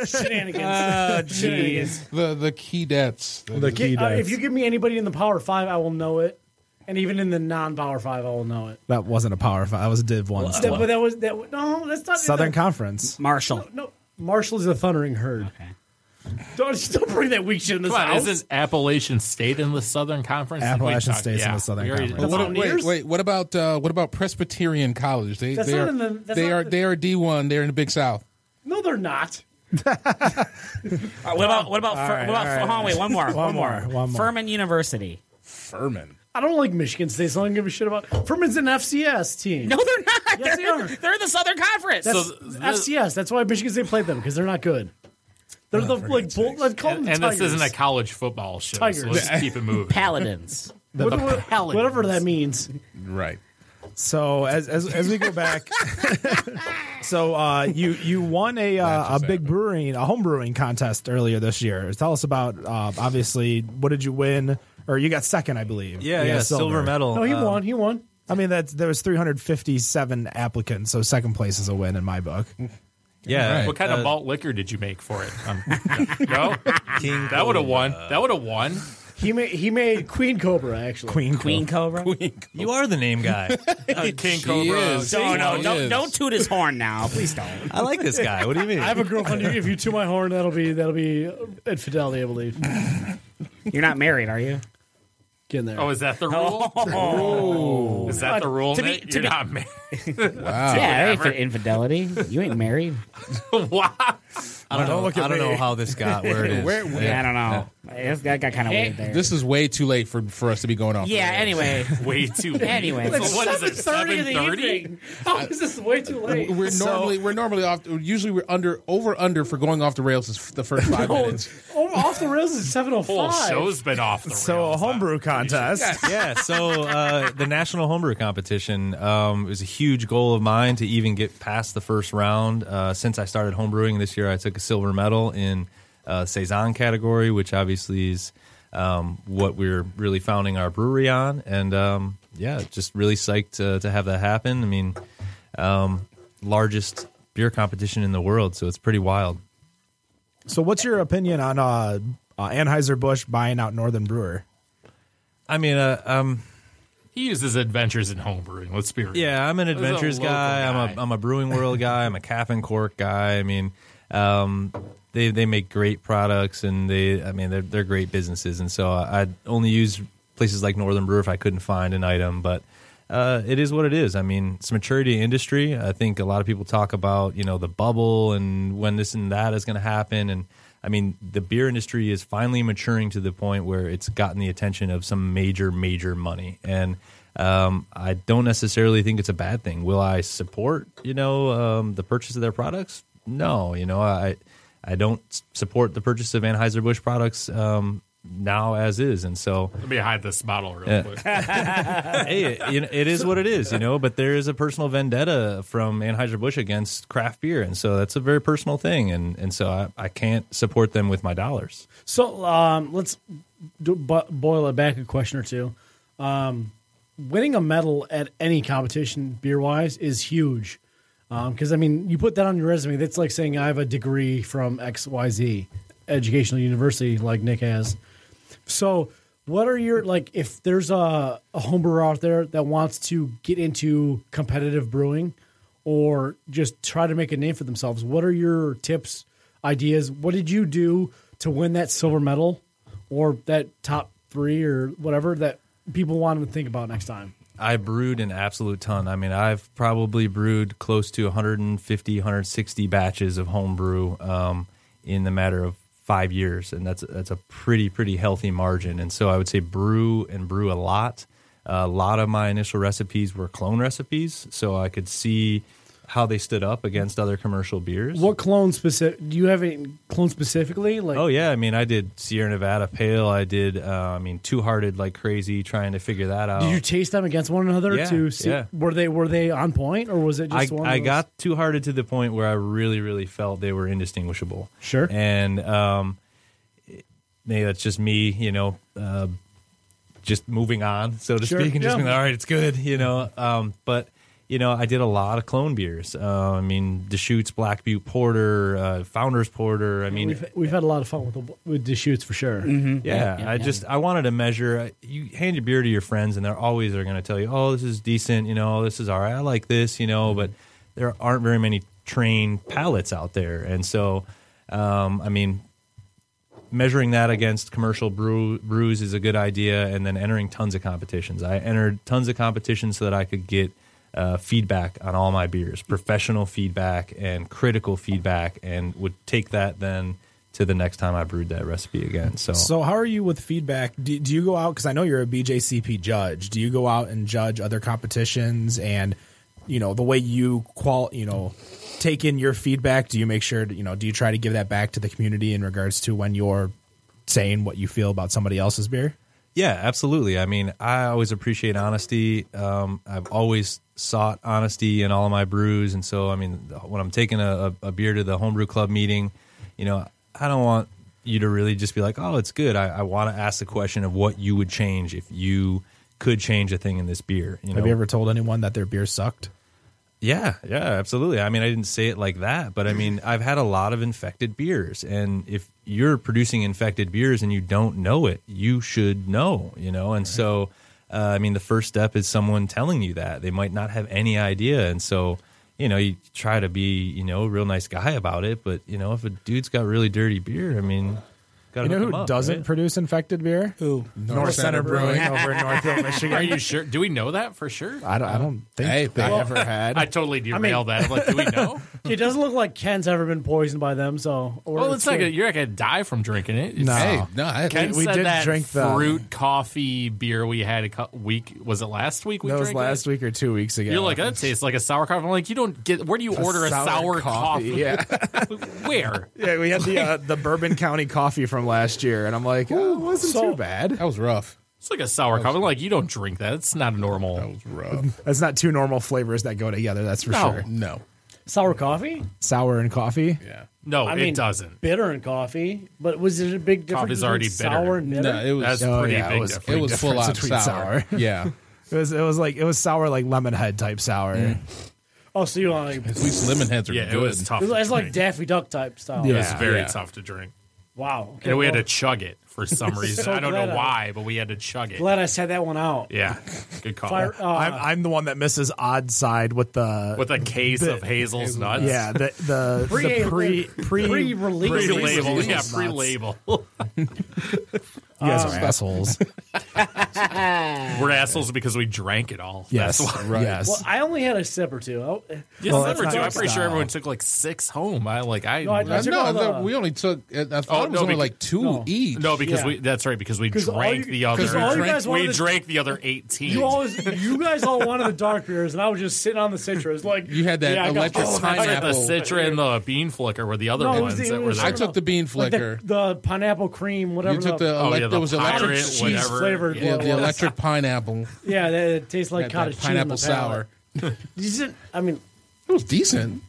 Shenanigans. Shenanigans. The the key debts. The key Uh, if you give me anybody in the Power Five, I will know it, and even in the non-Power Five, I will know it. that wasn't a power five. That was a div one. That- still. but that was that. was- No, that's not Southern that, Conference. Marshall. No, Marshall is a thundering herd. Don't don't bring that weak shit in this Come on, house. isn't Appalachian State in the Southern Conference? Like, we Appalachian talked- State's in yeah, the Southern we already- Conference. What, Mountaineers? wait, wait. What about uh, what about Presbyterian College? They That's they not are in the- that's they not are the- they are D one. They're in the Big South. no, they're not. All right, Uh, what about what about Fur- right, what about? all right. hold on, wait, one more, one, more. more, one more. Furman University. Furman. I don't like Michigan State, so I don't give a shit about. Furman's an FCS team. No, they're not. Yes, they're, they are. they're in the Southern Conference. That's FCS. That's why Michigan State played them because they're not good. They're the like bull, like call them And, and tigers. this isn't a college football show. Tigers. So let's keep it moving. Paladins. whatever, Paladins. whatever that means. Right. So as as, as we go back, so uh, you you won a uh, a big brewing a home brewing contest earlier this year. Tell us about uh, obviously what did you win or you got second I believe. Yeah, You yeah, got silver. medal. No, he Um, won. He won. I mean that's there was 357 applicants, so second place is a win in my book. Yeah, Right. What kind uh, of malt liquor did you make for it? Um, no, King that would have Cobra. won. That would have won. He made he made Queen Cobra actually. Queen Queen Cobra. You are the name guy. King Cobra. is. No, no, He don't, is. don't toot his horn now. Please don't. I like this guy. What do you mean? I have a girlfriend. if you toot my horn, that'll be that'll be infidelity, I believe. You're not married, are you? Get in there. Oh, is that the rule? Is that the rule? To be- Nick? to You're be- not married. yeah, that ain't for infidelity. You ain't married. wow. I don't know. I don't know how this got where it is. Where, where- Yeah, I don't know. It's- That got kind of weird there. This is way too late for, for us to be going off. yeah. Anyway, Way too. late. Anyway. So what is it? Seven thirty. How is Oh, this way too late? We're normally we're normally off. Usually we're under over under for going off the rails is the first five minutes. Oh, off the rails is seven oh Whole five. show's been off the rails. So a homebrew contest. yeah, so uh, the national homebrew competition um, was a huge goal of mine to even get past the first round. Uh, since I started homebrewing this year, I took a silver medal in uh, saison category, which obviously is um, what we're really founding our brewery on. And um, yeah, just really psyched to, to have that happen. I mean, um, largest beer competition in the world, so it's pretty wild. So what's your opinion on uh, uh, Anheuser Busch buying out Northern Brewer? I mean, uh, um, He uses adventures in homebrewing. Let's be real. Yeah, I'm an This is a adventures local guy. I'm a guy. I'm a Brewing World guy. I'm a Cap and Cork guy. I mean, um, they they make great products, and they I mean they're they're great businesses. And so I, I'd only use places like Northern Brewer if I couldn't find an item, but. Uh, it is what it is. I mean, it's maturity of industry. I think a lot of people talk about you know the bubble and when this and that is going to happen, and I mean the beer industry is finally maturing to the point where it's gotten the attention of some major major money, and um, I don't necessarily think it's a bad thing. Will I support, you know, um, the purchase of their products? No, you know, I I don't s- support the purchase of Anheuser Busch products um, now as is, and so Let me hide this bottle real quick. hey, it, you know, it is what it is, you know. But there is a personal vendetta from Anheuser Busch against craft beer, and so that's a very personal thing, and and so I, I can't support them with my dollars. So um, let's do, bo- boil it back a question or two. Um, winning a medal at any competition, beer wise, is huge. Because I mean, you put that on your resume. That's like saying I have a degree from X Y Z educational university, like Nick has. So, what are your like? If there's a, a homebrewer out there that wants to get into competitive brewing, or just try to make a name for themselves, what are your tips, ideas? What did you do to win that silver medal, or that top three, or whatever that people want to think about next time? I brewed an absolute ton. I mean, I've probably brewed close to 150, 160 batches of homebrew um, in the matter of five years, and that's that's a pretty pretty healthy margin. And so I would say brew and brew a lot. a lot of my initial recipes were clone recipes, so I could see how they stood up against other commercial beers. What clone specific? Do you have any clone specifically? Like, Oh yeah, I mean I did Sierra Nevada Pale. I did uh, I mean Two Hearted like crazy, trying to figure that out. did you taste them against one another Yeah, to see yeah. were they were they on point or was it I, just one? of I those- got too hearted to the point where I really, really felt they were indistinguishable. Sure. And um, it- maybe that's just me, you know, uh, just moving on, so to Sure, speak, and just yeah. being like, all right, it's good, you know. Um, but, you know, I did a lot of clone beers. Uh, I mean, Deschutes, Black Butte Porter, uh, Founders Porter. I mean, We've, we've had a lot of fun with the, with the shoots for sure. Mm-hmm. yeah, I just I wanted to measure. uh, You hand your beer to your friends, and they're always are going to tell you, "Oh, this is decent," you know, "This is all right," I like this, you know. But there aren't very many trained palates out there, and so, um, I mean, measuring that against commercial brew, brews is a good idea, and then entering tons of competitions. I entered tons of competitions so that I could get uh, feedback on all my beers, professional feedback and critical feedback, and would take that then to the next time I brewed that recipe again. So, how are you with feedback? Do, do you go out? Because I know you're a BJCP judge. Do you go out and judge other competitions and, you know, the way you qual, you know, take in your feedback? Do you make sure, to, you know, do you try to give that back to the community in regards to when you're saying what you feel about somebody else's beer? Yeah, absolutely. I mean, I always appreciate honesty. Um, I've always sought honesty in all of my brews, and so I mean, the- when I'm taking a, a a beer to the homebrew club meeting, you know, I don't want you to really just be like, "Oh, it's good." I, I want to ask the question of what you would change if you could change a thing in this beer. You know, Have you ever told anyone that their beer sucked? yeah, yeah, absolutely. I mean, I didn't say it like that, but I mean, I've had a lot of infected beers, and if you're producing infected beers and you don't know it, you should know, you know. And so, uh, I mean, the first step is someone telling you that they might not have any idea, and so you know, you try to be, you know, a real nice guy about it, but you know, if a dude's got really dirty beer, I mean, You gotta know hook who him up, doesn't right? produce infected beer? Who? North, Center, Brewing over in Northville, Are Michigan. you sure? Do we know that for sure? I don't, I don't think Hey, they well, ever had. I totally derailed that. I'm like, do we know? It doesn't look like Ken's ever been poisoned by them, so or well, it's not. Gonna, you're not gonna die from drinking it. It's- No. Hey, no, I, Ken we said did that drink the- fruit coffee beer we had a cou- week. Was it last week? We that was drank last it? week or two weeks ago. You're like that tastes like a sour coffee. I'm like, you don't get. Where do you order a sour coffee? Yeah. Where? Yeah, we had the uh, the Bourbon County coffee from last year, and I'm like, oh, it wasn't too bad. that was rough. It's like a sour coffee. I'm like, you don't drink that. It's not normal. That was rough. That's not two normal flavors that go together. That's for No. sure. No, sour coffee, Sour and coffee. yeah, No, I it mean- doesn't. bitter and coffee. But was it a big difference? Coffee's between already bitter. sour and bitter. no, it was That's Oh, pretty yeah, it big was- difference. it was full difference out between sour. sour. Yeah, It was it was like it was sour like Lemonhead type sour. oh, so you want like at least lemon heads are yeah, good. it was tough. to it's like drink. Daffy Duck type style. It was very Yeah. tough to drink. Wow. Okay, And we had well, to chug it for some reason. So I don't glad know I- why, but we had to chug it. glad I said that one out. Yeah, good call. Fire- uh, I'm, I'm the one that misses odd side with the With a case of Hazel's nuts. yeah the the Pre- the pre pre Pre-release. Pre-label, Hazel's yeah, nuts. pre-label. You guys are assholes. We're assholes because we drank it all. yes, That's why. yes. Well, I only had a sip or two. Oh, Yes, Well, I that's remember, not too. your I'm pretty sure style. everyone took like six home. I like I I- no, I- no, all the- the- we only took. I Oh, thought it no, was only becau- like two no. each. because Yeah. we that's right because we 'Cause all drank you- the 'cause other. all you guys we wanted- drank the other eighteen. You always, you guys all wanted the dark beers, and I was just sitting on the citrus, like You had that yeah, I got- electric oh, I got the pineapple. Citra and the Bean Flicker were the other No, it was ones the- it that were was there. I took the bean like flicker. the, the pineapple cream, whatever. you took the, oh, elec- yeah, the there was electric pirate, cheese whatever. flavored Yeah, one the was. electric pineapple. yeah, that, it tastes like That- that cottage cheese. in pineapple the palate. sour. These are- I mean, It was decent.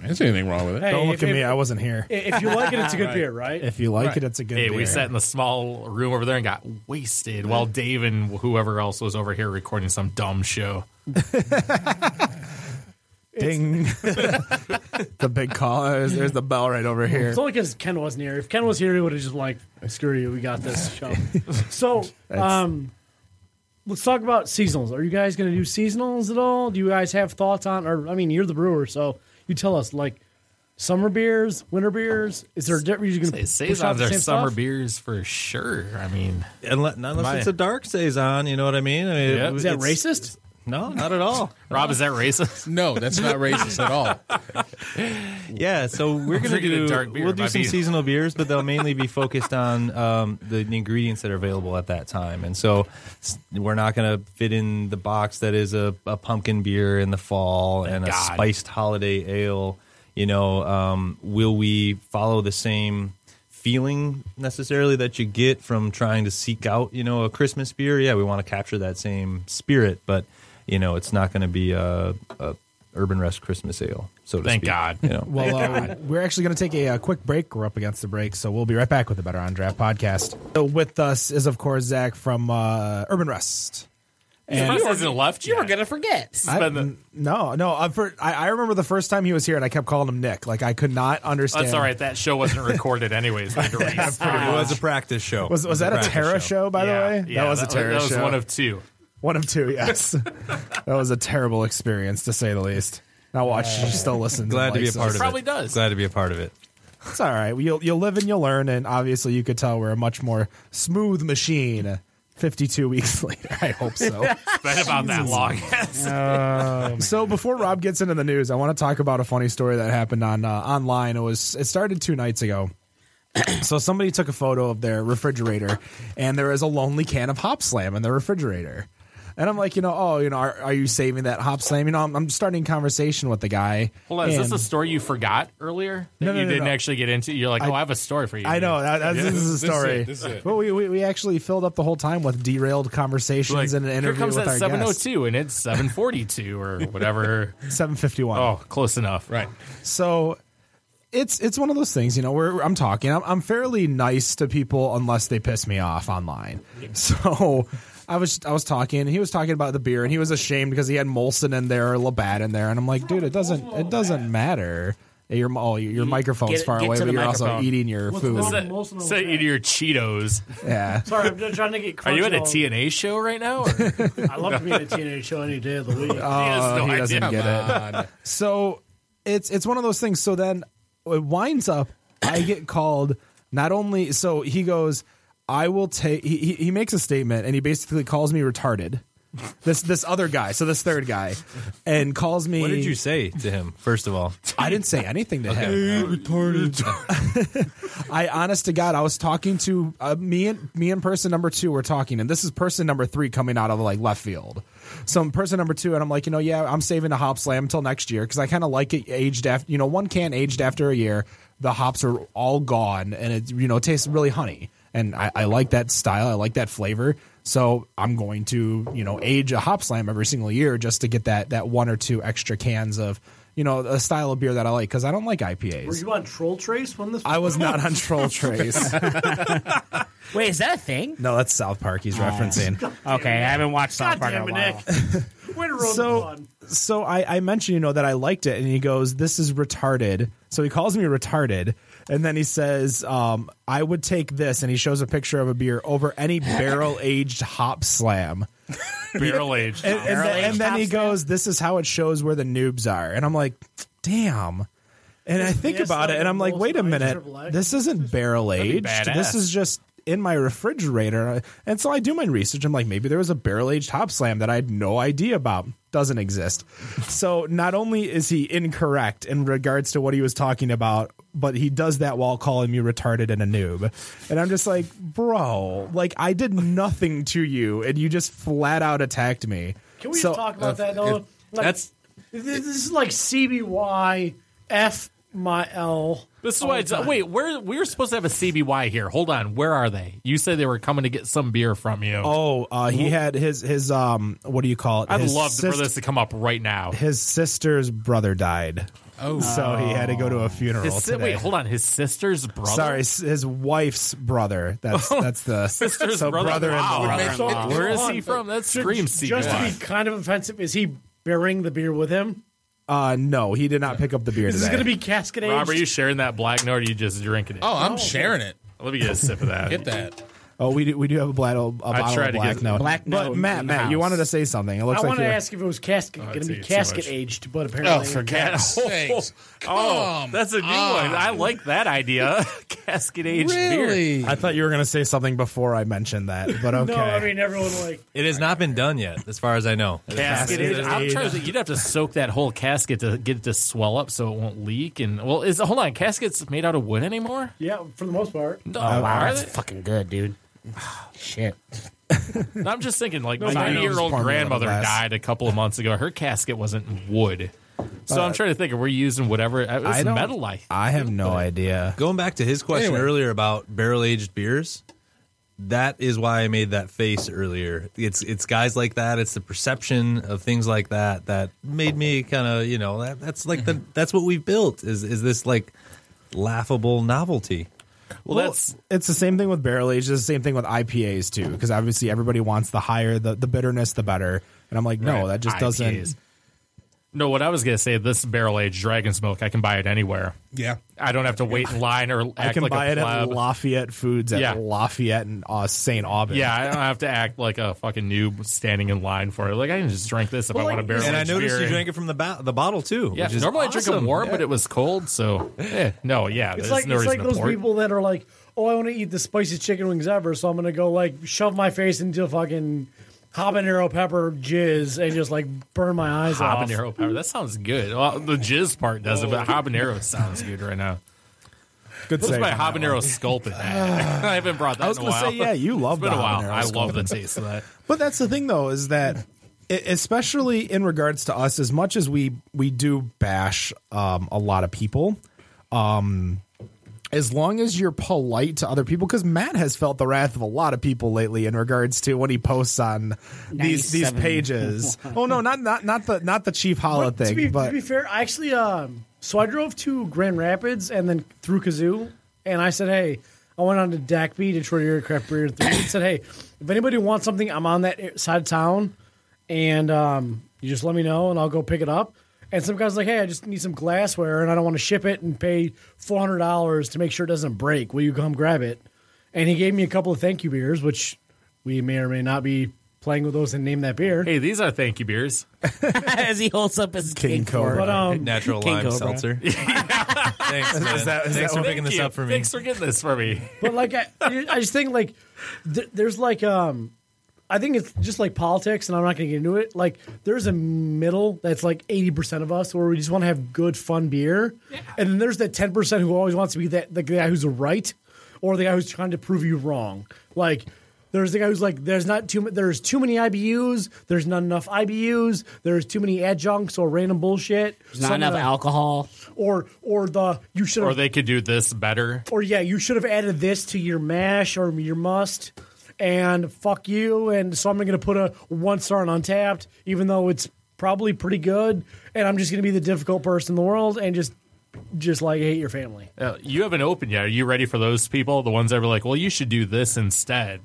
I didn't see anything wrong with it. hey, Don't look if, at if- me. I wasn't here. If you like it, it's a good beer, right? If you like it, it's a good. Hey, we beer. sat in the small room over there and got wasted while Dave and whoever else was over here recording some dumb show. ding. the big call. There's, there's the bell right over here. It's only because Ken wasn't here. If Ken was here, he would have just like, screw you, we got this show. so, um, let's talk about seasonals. Are you guys going to do seasonals at all? Do you guys have thoughts on, or I mean, you're the brewer, so you tell us, like, summer beers, winter beers? Is there a difference? you Say going saisons are summer beeyers for sure. I mean, Unless, unless My- it's a dark saison, you know what I mean? I mean Yeah. it- Is that it's- racist? No, not at all. Rob, is that racist? No, that's not racist at all. Yeah, so we're gonna Drinking a do dark beer we'll do might some be- seasonal beers, but they'll mainly be focused on um, the, the ingredients that are available at that time, and so s- we're not gonna fit in the box that is a, a pumpkin beer in the fall and a God. spiced holiday ale. You know, um, will we follow the same feeling necessarily that you get from trying to seek out you know a Christmas beer? Yeah, we want to capture that same spirit, but you know, it's not gonna be a, a Urban Rest Christmas Ale. So to Thank speak, God. You know? Well, Oh, uh, we're actually going to take a, uh quick break. We're up against the break, so we'll be right back with the Better on Draft podcast. So with us is, of course, Zach from uh, Urban Rest. Surprise hasn't left You yet. were gonna forget. It's been the- N- No, no. uh, for- I, I remember the first time he was here, and I kept calling him Nick. Like I could not understand. That's all right. That show wasn't recorded anyways. Like a race. It was a practice show. Was was that a Terra show, Oh, by Yeah, the way? yeah, that was a Terra That was show. one of two. One of two. Yes, that was a terrible experience to say the least. Now watch. She still listens. Glad and to be a likes part us. of it. Probably does. Glad to be a part of it. It's all right. You'll you'll live and you'll learn, and obviously you could tell we're a much more smooth machine. Fifty-two weeks later, I hope so. It's been about that long. so before Rob gets into the news, I want to talk about a funny story that happened on uh, online. It was it started two nights ago. so somebody took a photo of their refrigerator, and there is a lonely can of Hop Slam in the refrigerator. And I'm like, you know, oh, you know, are, are you saving that Hop Slam? You know, I'm, I'm starting conversation with the guy. Hold on, is this and- a story you forgot earlier that No, no, you no, didn't no. actually get into? You're like, oh, I have a story for you. I know that, that's, this is a This is it, story. this is it. But we, we we actually filled up the whole time with derailed conversations Like, and an here interview comes with that our 702, and it's 742 or whatever. Seven fifty one. oh, close enough. Right. So it's it's one of those things, you know, where I'm talking. I'm, I'm fairly nice to people unless they piss me off online. So I was I was talking, and he was talking about the beer, and he was ashamed because he had Molson in there or Labatt in there, and I'm like, dude, it doesn't it doesn't matter. Your oh, your, your microphone's get- far get away, to but the you're also microphone. eating your What's food. wrong? Set, Most of them set were you to your Cheetos. Yeah. Sorry, I'm just trying to get. Are you at a Crunchyroll. TNA show right now? Or? I love to be at a TNA show any day of the week. no Oh, he doesn't idea. get Uh, it. So it's it's one of those things. So then it winds up. I get called not only. So he goes. I will take. He, he he makes a statement and he basically calls me retarded. This this other guy. So this third guy, and calls me. What did you say to him? First of all, I didn't say anything to him. I honest to God, I was talking to uh, me and me and person number two were talking, and this is person number three coming out of like left field. So I'm person number two, and I'm like, you know, yeah, I'm saving the hop slam until next year because I kind of like it aged after, you know, one can aged after a year, the hops are all gone, and it you know tastes really honey, and I, I like that style, I like that flavor. So I'm going to you know age a hop slam every single year just to get that that one or two extra cans of. You know, a style of beer that I like because I don't like IPAs. Were you on Troll Trace when this? I was not on Troll Trace. Wait, is that a thing? no, that's South Park he's referencing. Okay, I haven't watched God South Park in a damn it, while. Nick. Way to ruin the So, fun. so I, I mentioned, you know, that I liked it, and he goes, "This is retarded." So he calls me retarded, and then he says, um, "I would take this," and he shows a picture of a beer over any barrel aged hop slam. Barrel aged. And, and, then, and then he Barrel-aged hop goes, "This is how it shows where the noobs are," and I'm like, "Damn." And I think Yes, about it, like and I'm like, most "Wait a wines are minute, black. this isn't barrel aged. This badass. is just in my refrigerator." uh, And so I do my research. I'm like, maybe there was a barrel aged hop slam that I had no idea about. Doesn't exist. so not only is he incorrect in regards to what he was talking about, but he does that while calling me retarded and a noob. And I'm just like, bro, like I did nothing to you, and you just flat out attacked me. Can we So- uh, just talk about that? Though? Like, that's- this, this is like CBY F my L. This is why it's uh, wait. Where we were supposed to have a CBY here. Hold on. Where are they? You said they were coming to get some beer from you. Oh, uh, he had his his um. What do you call it? I'd his love sis- for this to come up right now. His sister's brother died, Oh, so he had to go to a funeral His si- today. wait, hold on. His sister's brother. Sorry, s- his wife's brother. That's that's the Sister's so brother. brother-in-law. Wow. Would make- Brother-in-law. Uh, Where is he Hold from? That Ju- screams CBY. Just to be kind of offensive, is he bearing the beer with him? Uh, no, he did not pick up the beer This is today. going to be casket aged. Rob, are you sharing that black note or are you just drinking it? Oh, I'm sharing it. Let me get a sip of that. Get that. oh, we do, we do have a bottle a bottle tried of to black get note. Black but Note Matt, in Matt, house. you wanted to say something. It looks I like want to you're- ask if it was casket going Oh, it's to be too much. casket aged, but apparently Oh, for God's sakes. Oh, Come that's a new on. one. I like that idea. casket aged beer. Really? I thought you were going to say something before I mentioned that, but okay. No, I mean everyone like It has not been done yet, as far as I know. Casket aged. I'm trying to think. You'd have to soak that whole casket to get it to swell up so it won't leak. And well, is hold on, caskets made out of wood anymore? yeah, for the most part. No, Oh, wow, are that's they? fucking good, dude. Shit. I'm just thinking, like I my know. eight-year-old Just formula grandmother glass. died a couple of months ago. Her casket wasn't wood, so I'm trying to think. Are we using whatever? It was don't- metal. I I have no idea. Going back to his question Anyway. earlier about barrel aged beers, that is why I made that face earlier. It's it's guys like that. It's the perception of things like that that made me kind of you know that, that's like the that's what we've built is is this like laughable novelty. Well, that's it's the same thing with barrel aged. It's the same thing with IPAs too, because obviously everybody wants the higher the, the bitterness, the better. And I'm like, no, that just IPAs. doesn't. No, what I was gonna say, this barrel aged dragon's milk, I can buy it anywhere. Yeah. I don't have to wait in line or act I can like buy a it at pleb. Lafayette Foods at Yeah. Lafayette and uh, St. Aubin. yeah, I don't have to act like a fucking noob standing in line for it. Like I can just drink this if I want a barrel aged And I noticed beer. you and- drank it from the ba- the bottle too. yeah, which is normally I drink awesome. it warm, but it was cold, so eh, no, yeah, It's there's like no it's like reason to those pour it. people that are like, oh, I want to eat the spiciest chicken wings ever, so I'm gonna go like shove my face into fucking habanero pepper jizz and just like burn my eyes out. habanero powder. That sounds good. Well, the jizz part doesn't, but habanero sounds good right now. good What's save my on that habanero sculpin? at? I haven't brought that. I was in a gonna while. say, yeah, you love it's the been a while. habanero I love the taste of that. But that's the thing, though, is that e- especially in regards to us, as much as we we do bash um, a lot of people, um, as long as you're polite to other people, because Matt has felt the wrath of a lot of people lately in regards to what he posts on these these 97. pages. oh no, not not not the not the Chief Hollow to, thing, be, but to be fair, I actually, um, so I drove to Grand Rapids and then through Kazoo, and I said, hey, I went on to DACB, Detroit Area Craft Beer and Three, and said, hey, if anybody wants something, I'm on that side of town, and um, you just let me know, and I'll go pick it up. And some guy's like, hey, I just need some glassware, and I don't want to ship it and pay $400 to make sure it doesn't break. Will you come grab it? And he gave me a couple of thank you beers, which we may or may not be playing with those and name that beer. Hey, these are thank you beers. As he holds up his King King, Cobra. Cobra. but um, Natural King lime Cobra. seltzer. Thanks, man. Thanks for picking this Thank up you. for me. Thanks for getting this for me. but like I, I just think like th- there's like um i think it's just like politics and i'm not gonna get into it like there's a middle that's like 80% of us where we just want to have good fun beer and then there's that 10% who always wants to be that the guy who's right or the guy who's trying to prove you wrong like there's the guy who's like, there's not too ma- there's too many IBUs, there's not enough IBUs, there's too many adjuncts or random bullshit, Not enough alcohol. or or the you should Or have they could do this better. or yeah, you should have added this to your mash or your must. And fuck you. And so I'm going to put a one star on Untapped, even though it's probably pretty good. And I'm just going to be the difficult person in the world and just just like hate your family. Uh, you haven't opened yet. Are you ready for those people? The ones that were like, well, you should do this instead.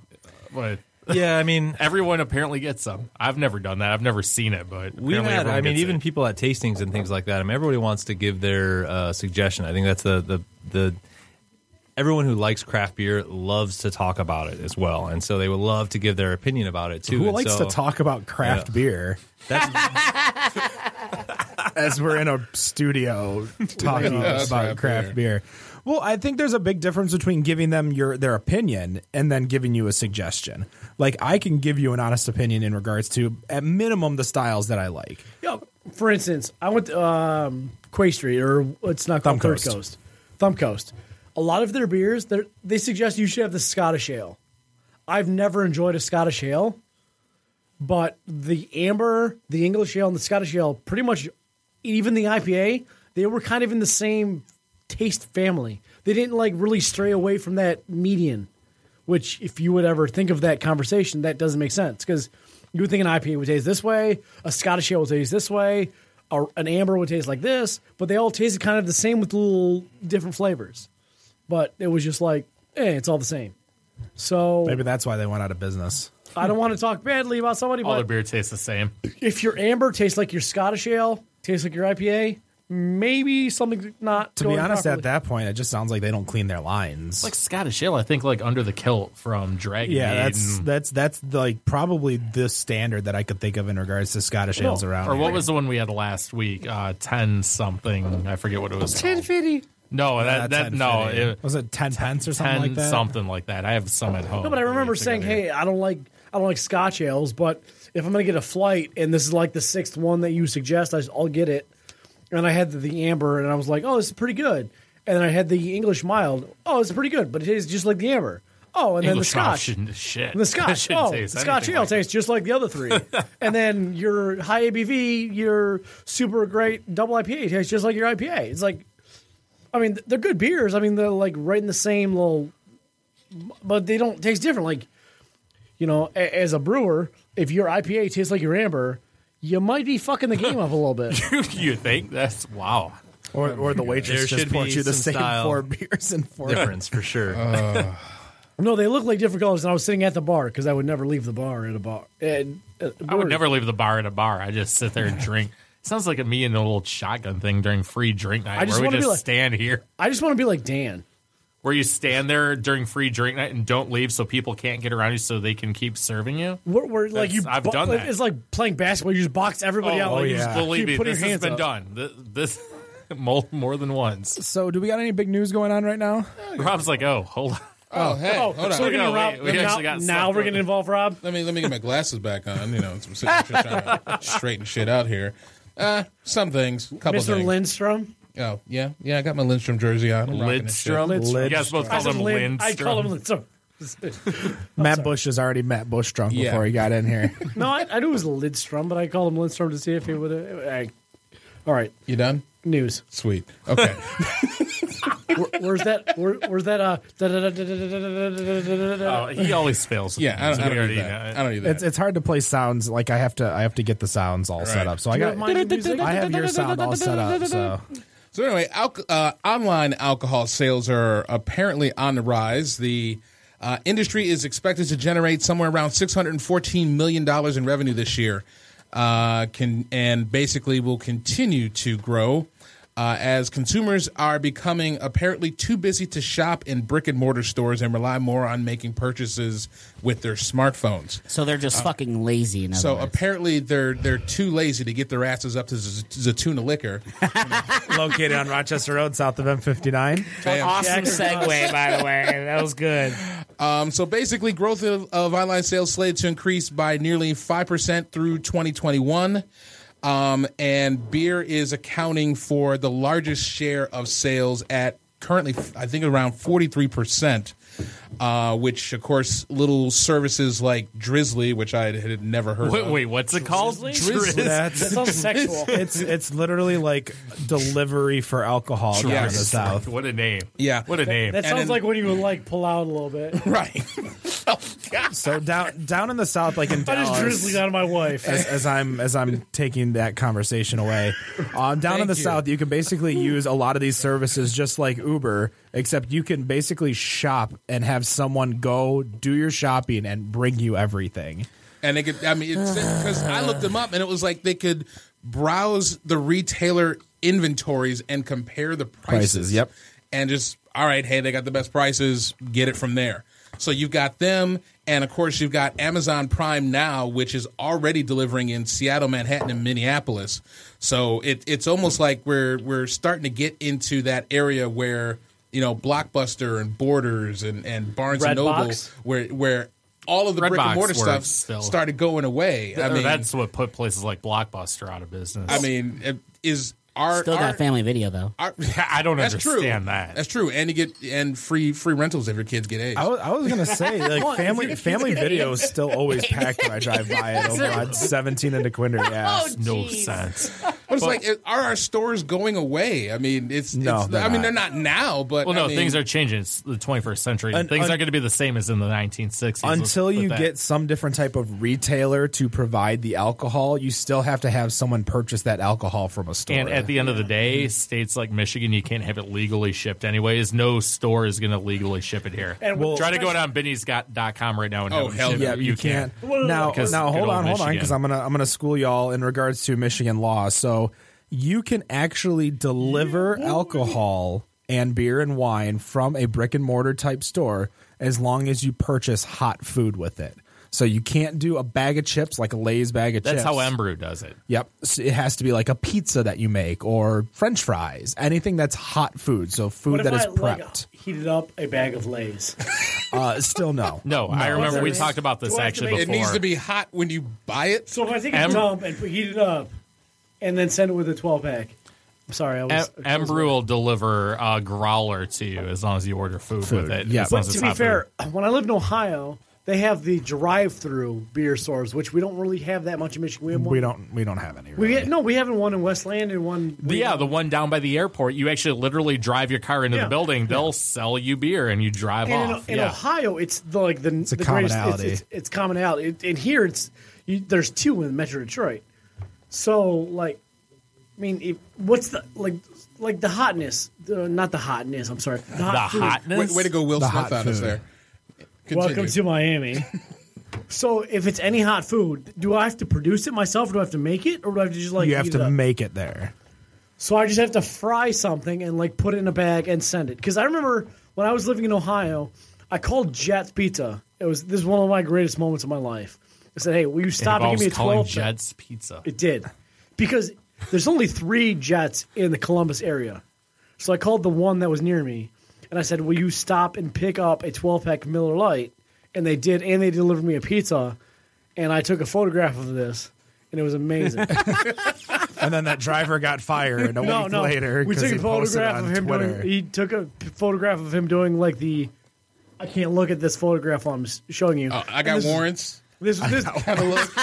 But Yeah, I mean, everyone apparently gets them. I've never done that. I've never seen it, but We apparently had, everyone I mean, gets even it. people at tastings and things like that. I mean, everybody wants to give their uh, suggestion. I think that's the the the everyone who likes craft beer loves to talk about it as well, and so they would love to give their opinion about it too. who And likes so- to talk about craft beer? as we're in a studio talking Yeah, about craft craft beer. Well, I think there's a big difference between giving them your their opinion and then giving you a suggestion. Like I can give you an honest opinion in regards to at minimum the styles that I like. Yo, for instance, I went to um, Quay Street, or it's not called Thumb Third Coast. Coast, Thumb Coast. A lot of their beers, they're- they suggest you should have the Scottish ale. I've never enjoyed a Scottish ale, but the amber, the English ale, and the Scottish ale, pretty much, even the IPA, they were kind of in the same taste family. They didn't like really stray away from that median, which, if you would ever think of that conversation, that doesn't make sense because you would think an IPA would taste this way, a Scottish ale would taste this way, or an amber would taste like this, but they all tasted kind of the same with little different flavors. But it was just like, eh, it's all the same. So Maybe that's why they went out of business. I don't want to talk badly about somebody, all their but beer tastes the same. if your amber tastes like your Scottish ale, tastes like your IPA, maybe something's not. To be honest, at that point, it just sounds like they don't clean their lines. Like Scottish ale, I think like under the kilt from Dragon. yeah, that's Maiden. that's that's like probably the standard that I could think of in regards to Scottish ales around. Or here. what was the one we had last week? Uh, ten something. I forget what it was. called. No, that, that no, it, was it ten pence or something ten like that? something like that. I have some at home. No, but I remember saying, "Hey, I don't like I don't like Scotch ales, but if I'm gonna get a flight, and this is like the sixth one that you suggest, I, will get it." And I had the, the amber, and I was like, "Oh, this is pretty good." And then I had the English mild. Oh, it's pretty good, but it tastes just like the amber. Oh, and then the English Scotch. shouldn't shit. And the Scotch, Shouldn't oh, the taste Scotch anything ale like that. tastes just like the other three. and then your high ABV, your super great double IPA tastes just like your IPA. It's like, I mean, they're good beers. I mean, they're like right in the same little, but they don't taste different. Like, you know, a- as a brewer, if your IPA tastes like your amber, you might be fucking the game up a little bit. you think that's wow. Or, or the waitress There just should poured be you the same some style four beers in four. Uh, difference for sure. no, they look like different colors. And I was sitting at the bar because I would never leave the bar at a bar. And, uh, I would never leave the bar at a bar. I just sit there and drink. Sounds like a me and the little shotgun thing during free drink night I just where we wanna be just like- stand here. I just want to be like Dan. Where you stand there during free drink night and don't leave so people can't get around you so they can keep serving you. Where, where like That's- you, I've bo- done like- that. Oh, It's like playing basketball. You just box everybody out. Like, you you just just believe keep me, putting this your hands has been up. done. Th- This, more, more than once. So, do we got any big news going on right now? Rob's like, oh, hold on. Oh, hey, Oh, hold on. so we're gonna No, rob- wait, we now, actually got now stuff we're gonna with- involve Rob. let me let me get my glasses back on. You know, I'm sitting here trying to straighten shit out here. Uh, some things, couple Mr. things. Lindstrom. oh yeah, yeah. I got my Lindstrom jersey on. I'm rocking this shit. Lidstrom. You guys both I call said him Lin- Lindstrom. I call him Lindstrom. Matt Bush is already Matt Bush drunk Yeah. before he got in here. No, I, I knew it was Lindstrom, but I called him Lindstrom to see if he would. I, all right, You done? news. Sweet. Okay. Where, where's that? Where, where's that? Uh, da- da- da- da- da- da- da- da- da- da- da- da- da- Oh, he always fails. with Yeah, I these. don't, I We don't need already that. know. I don't need that. It's it's hard to play sounds. Like I have to I have to get the sounds all set Right. up. So I got have my music? I have your sound all set up. So So anyway, alco- uh, online alcohol sales are apparently on the rise. The uh, industry is expected to generate somewhere around six hundred and fourteen million dollars in revenue this year, uh, can and basically will continue to grow uh, as consumers are becoming apparently too busy to shop in brick and mortar stores and rely more on making purchases with their smartphones. So they're just fucking lazy. In other So words. apparently they're they're too lazy to get their asses up to Z- Zatuna liquor. located on Rochester Road, south of M59. awesome segue, by the way. That was good. Um, so basically, growth of, of online sales slated to increase by nearly 5% through 2021. Um, and beer is accounting for the largest share of sales at currently, I think, around 43%, uh, which, of course, little services like Drizzly, which I had never heard Wait, of. wait, what's it called? Drizzly? That That's sounds sexual. it's it's literally like delivery for alcohol down in the Yes. south. What a name. Yeah. What a name. That sounds in- like when you would like pull out a little bit. Right. oh, God. So down down in the south, like in I Dallas. just drizzled out of my wife. as, as I'm as I'm taking that conversation away. Um, down in Thank the you. south, you can basically use a lot of these services just like Uber, except you can basically shop and have someone go do your shopping and bring you everything. and they could i mean it's because i looked them up and it was like they could browse the retailer inventories and compare the prices, Prices, yep. and just all right hey they got the best prices get it from there so you've got them and of course you've got amazon prime now which is already delivering in seattle manhattan and minneapolis so it, it's almost like we're we're starting to get into that area where you know blockbuster and borders and, and barnes and noble Redbox? where where all of the Red brick and Box mortar stuff works still. started going away. I Or mean, that's what put places like Blockbuster out of business. I mean, it- is our Still our, got family video though. our- I don't that's understand true. that. That's true, and you get and free free rentals if your kids get AIDS. I was, I was gonna say like family family video is still always packed when I drive by it over on 17 into Quinder. Oh, Yeah, no sense. but it's like, are our stores going away? I mean, it's No, it's- they're I mean, not. they're not now, but Well, I no, mean, things are changing. It's the 21st century. Un- things un- aren't going to be the same as in the 1960s. Let's until put you that. get some different type of retailer to provide the alcohol, you still have to have someone purchase that alcohol from a store. And at the end of the day, states like Michigan, you can't have it legally shipped anyways. No store is going to legally ship it here. And we'll- Try to go down binny's.com right now and Oh, have them hell ship yeah, it. you, can't. Well, Now, because now good hold old on, hold on, Michigan. because I'm gonna I'm gonna school y'all in regards to Michigan law. So you can actually deliver alcohol and beer and wine from a brick and mortar type store as long as you purchase hot food with it. So you can't do a bag of chips like a Lay's bag of chips. That's how Embrew does it. Yep. So it has to be like a pizza that you make or french fries, anything that's hot food. So food that is like, prepped. heated up a bag of Lay's? uh, still no. No, I remember we What's talked about this Do I have to actually make- It before. needs to be hot when you buy it. So if I take a Em- dump and put- heat it up, and then send it with a twelve pack. I'm sorry, I was. Em- Embrew will deliver a growler to you as long as you order food, with it. yeah. as But long as it's to be hot fair, when I lived in Ohio, they have the drive-through beer stores, which we don't really have that much in Michigan. We, have one, We don't we don't have any. We really. get, no, we haven't one in Westland and one. food. yeah, the one down by the airport. You actually literally drive your car into Yeah. the building. They'll sell you beer and you drive and off. in, in yeah. Ohio, it's the, like the, a the greatest. commonality. It's, it's, it's commonality. It, and here, it's you, there's two in Metro Detroit. So like, I mean, if, what's the like like the hotness? The, not the hotness. I'm sorry. The, the hot food. Way, hotness. way to go, Will Smith, hot on us food. there. Welcome to Miami. so if it's any hot food, do I have to produce it myself, or do I have to make it, or do I have to just like you have heat it to up? make it there. So I just have to fry something and like put it in a bag and send it. Because I remember when I was living in Ohio, I called Jets Pizza. It was this is one of my greatest moments of my life. I said, "Hey, will you It stop and give me a involves calling twelve? pack?" Jets Pizza. It did, because there's only three Jets in the Columbus area. So I called the one that was near me, and I said, "Will you stop and pick up a twelve pack Miller Lite?" And they did, and they delivered me a pizza, and I took a photograph of this, and it was amazing. And then that driver got fired a no, week no. later we because took he a posted photograph on of him Twitter. doing. He took a p- photograph of him doing like the. I can't look at this photograph I'm s- showing you. Uh, I got this, warrants. This this, this, Have a look.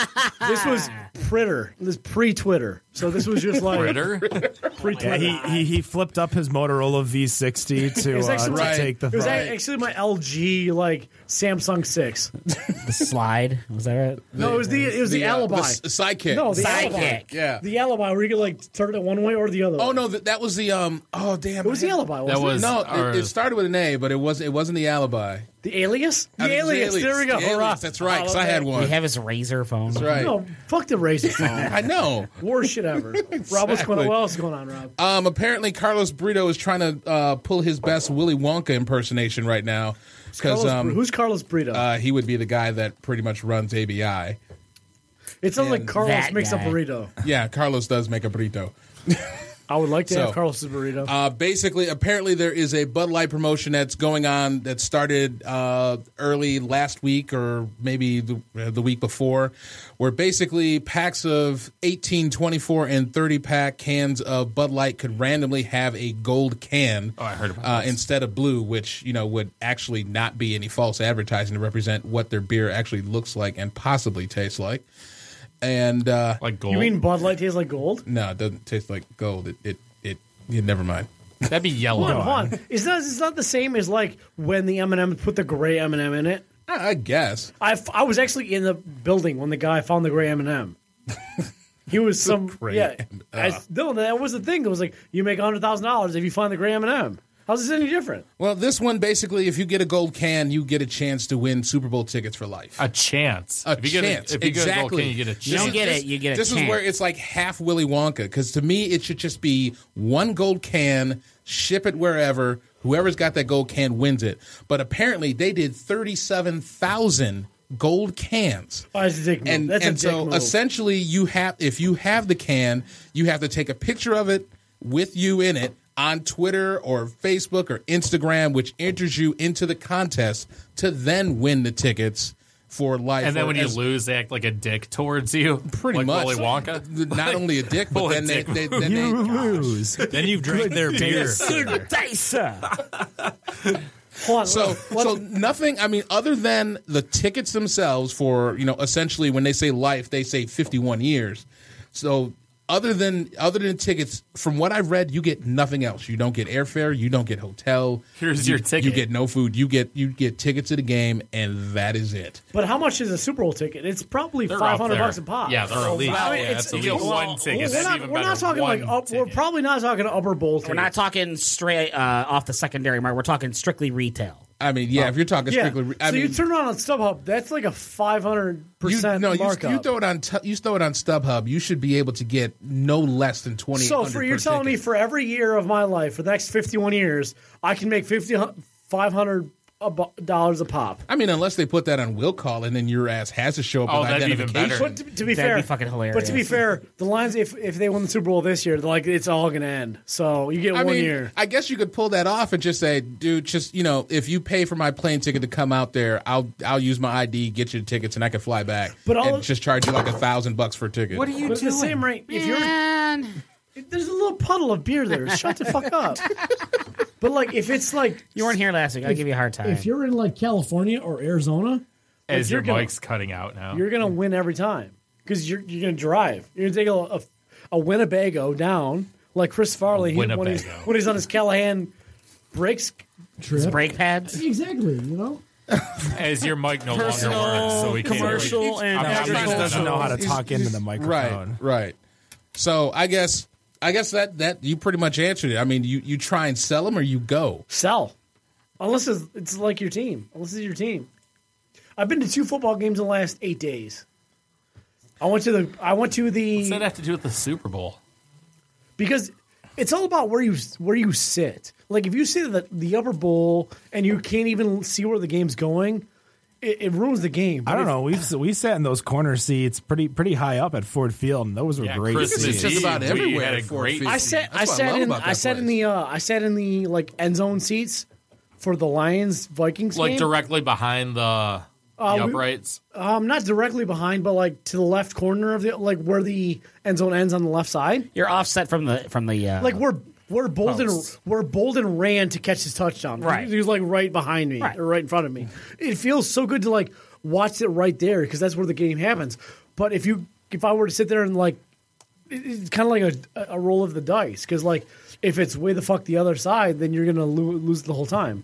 was Pritter. This pre Twitter. So this was just like Fritter? pre yeah, Twitter. he, he he flipped up his Motorola V60 to, was uh, actually to my- take the. it was Right. actually my LG like Samsung six. The slide was that right? No, it was the it was the, uh, alibi. the s- sidekick. no, the alibi. Sidekick. yeah. The alibi where you could like turn it one way or the other. oh way. no, that, that was the um. Oh damn, it was the alibi. Wasn't That it? was No, our- it, it started with an A, but it was it wasn't the alibi. the alias. The I mean, it was alias. There we go. Uh, The alias, Hurrah. That's right, because I had We one. have his razor phone. that's right. No, fuck the razor phone. I know. Worst shit ever. Rob, what's going on? What else is going on, Rob? Um, apparently, Carlos Brito is trying to uh, pull his best Willy Wonka impersonation right now because Carlos Br- um, who's Carlos Brito? uh, he would be the guy that pretty much runs ABI. it sounds like Carlos that makes guy. a burrito. Yeah, Carlos does make a burrito. I would like to So, have Carlos's burrito. Uh, basically, apparently, there is a Bud Light promotion that's going on that started uh, early last week or maybe the, uh, the week before, where basically packs of 18, 24, and 30 pack cans of Bud Light could randomly have a gold can Oh, I heard about uh, this. instead of blue, which you know would actually not be any false advertising to represent what their beer actually looks like and possibly tastes like. And uh, like gold. you mean Bud Light tastes like gold? no, it doesn't taste like gold. It it it. Yeah, never mind. That'd be Hold yellow. on, hold on. Is that is not the same as like when the M and M put the gray M and m in it? I I guess. I, f- I was actually in the building when the guy found the gray M and m He was some gray yeah. M- I, no, that was the thing. It was like you make hundred thousand dollars if you find the gray M and m How's this any different? Well, this one basically, if you get a gold can, you get a chance to win Super Bowl tickets for life. A chance. A if you Get chance. a, if you exactly. get a gold can, you get a This don't chance. is- get this- it, you get a This is chance. where it's like half Willy Wonka, because to me, it should just be one gold can, ship it wherever. Whoever's got that gold can wins it. But apparently, they did 37,000 gold cans. Oh, that's a dick move. and That's a and dick so move. essentially you have if you have the can you have to take a picture of it with you in it on twitter or facebook or instagram which enters you into the contest to then win the tickets for life And then or when you as- lose, they act like a dick towards you. pretty like much Willy Wonka. not only a dick but Well, a then they, dick they, then they Lose. Then you've drank their beer. Good dicer. Hold on, So, let- so nothing. I mean, other than the tickets themselves for you know, essentially when they say life, they say fifty-one years. So, other than other than tickets, from what I've read, you get nothing else. You don't get airfare. You don't get hotel. Here's you, your ticket. You get no food. You get you get tickets to the game, and that is it. But how much is a Super Bowl ticket? It's probably They're five up hundred there. bucks a pop. Yeah, they're at least. I mean, yeah, it's- it's at it's- least well, one ticket. We're That's not, even we're not better. talking like One up, we're ticket. probably not talking upper bowl. We're not talking straight uh, off the secondary market. We're talking strictly retail. I mean, yeah, if you're talking Yeah. strictly, I so mean, you turn around on StubHub, that's like a five hundred percent no, you, markup. you throw it on tu- you throw it on StubHub. You should be able to get no less than twenty. so for you're telling me for every year of my life, for the next fifty one years, I can make 50, 500 a bu- dollars a pop. I mean, unless they put that on will call and then your ass has to show up Oh, with that'd be even identification. better. But to, to be That'd fair, be fucking hilarious. But to be fair, the Lions, if if they win the Super Bowl this year, they're like it's all gonna end. So you get I one mean, year. I guess you could pull that off and just say, dude, just you know, if you pay for my plane ticket to come out there, I'll I'll use my ID, get you the tickets, and I can fly back. But all and of- just charge you like a thousand bucks for a ticket. What are you But at doing? the same rate, if you're Man. if there's a little puddle of beer there, shut the fuck up. But like if it's like You weren't here last week. I give you a hard time. if you're in like California or Arizona, As you're your gonna- mic's cutting out now. you're gonna win every time because you're you're gonna drive. You're gonna take a, a, a Winnebago down like Chris Farley he- when he's Winnebago. when he's on his Callahan brakes. It's brake pads. Exactly, you know. As your mic no Personal, longer works, so we can't hear you. commercial, and I'm not agricultural. making that doesn't know up. how to talk into the right, microphone. right. So I guess I guess that that you pretty much answered it. I mean, you you try and sell them or you go. Sell, unless it's, it's like your team. Unless it's your team. I've been to two football games in the last eight days. I went to the I went to the What's that have to do with the Super Bowl? because it's all about where you where you sit. Like if you sit in the, the upper bowl and you can't even see where the game's going, it, it ruins the game. I don't know. We've we sat in those corner seats pretty pretty high up at Ford Field, and those were great. Christmas seats. It's just Eve, about we everywhere had a at Fort great Field. I sat That's I what I sat love in about I that sat in place. the uh, I sat in the like end zone seats for the Lions Vikings Like game. directly behind the, the Uh, we- uprights. um, not directly behind, but like to the left corner of the like where the end zone ends on the left side. You're offset from the from the uh, Like where where Bolden Posts. where Bolden ran to catch his touchdown. Right. he was like right behind me Right. or right in front of me. It feels so good to like watch it right there because that's where the game happens. But if you if I were to sit there and like it- it's kind of like a, a roll of the dice because like if it's way the fuck the other side, then you're gonna lo- lose the whole time.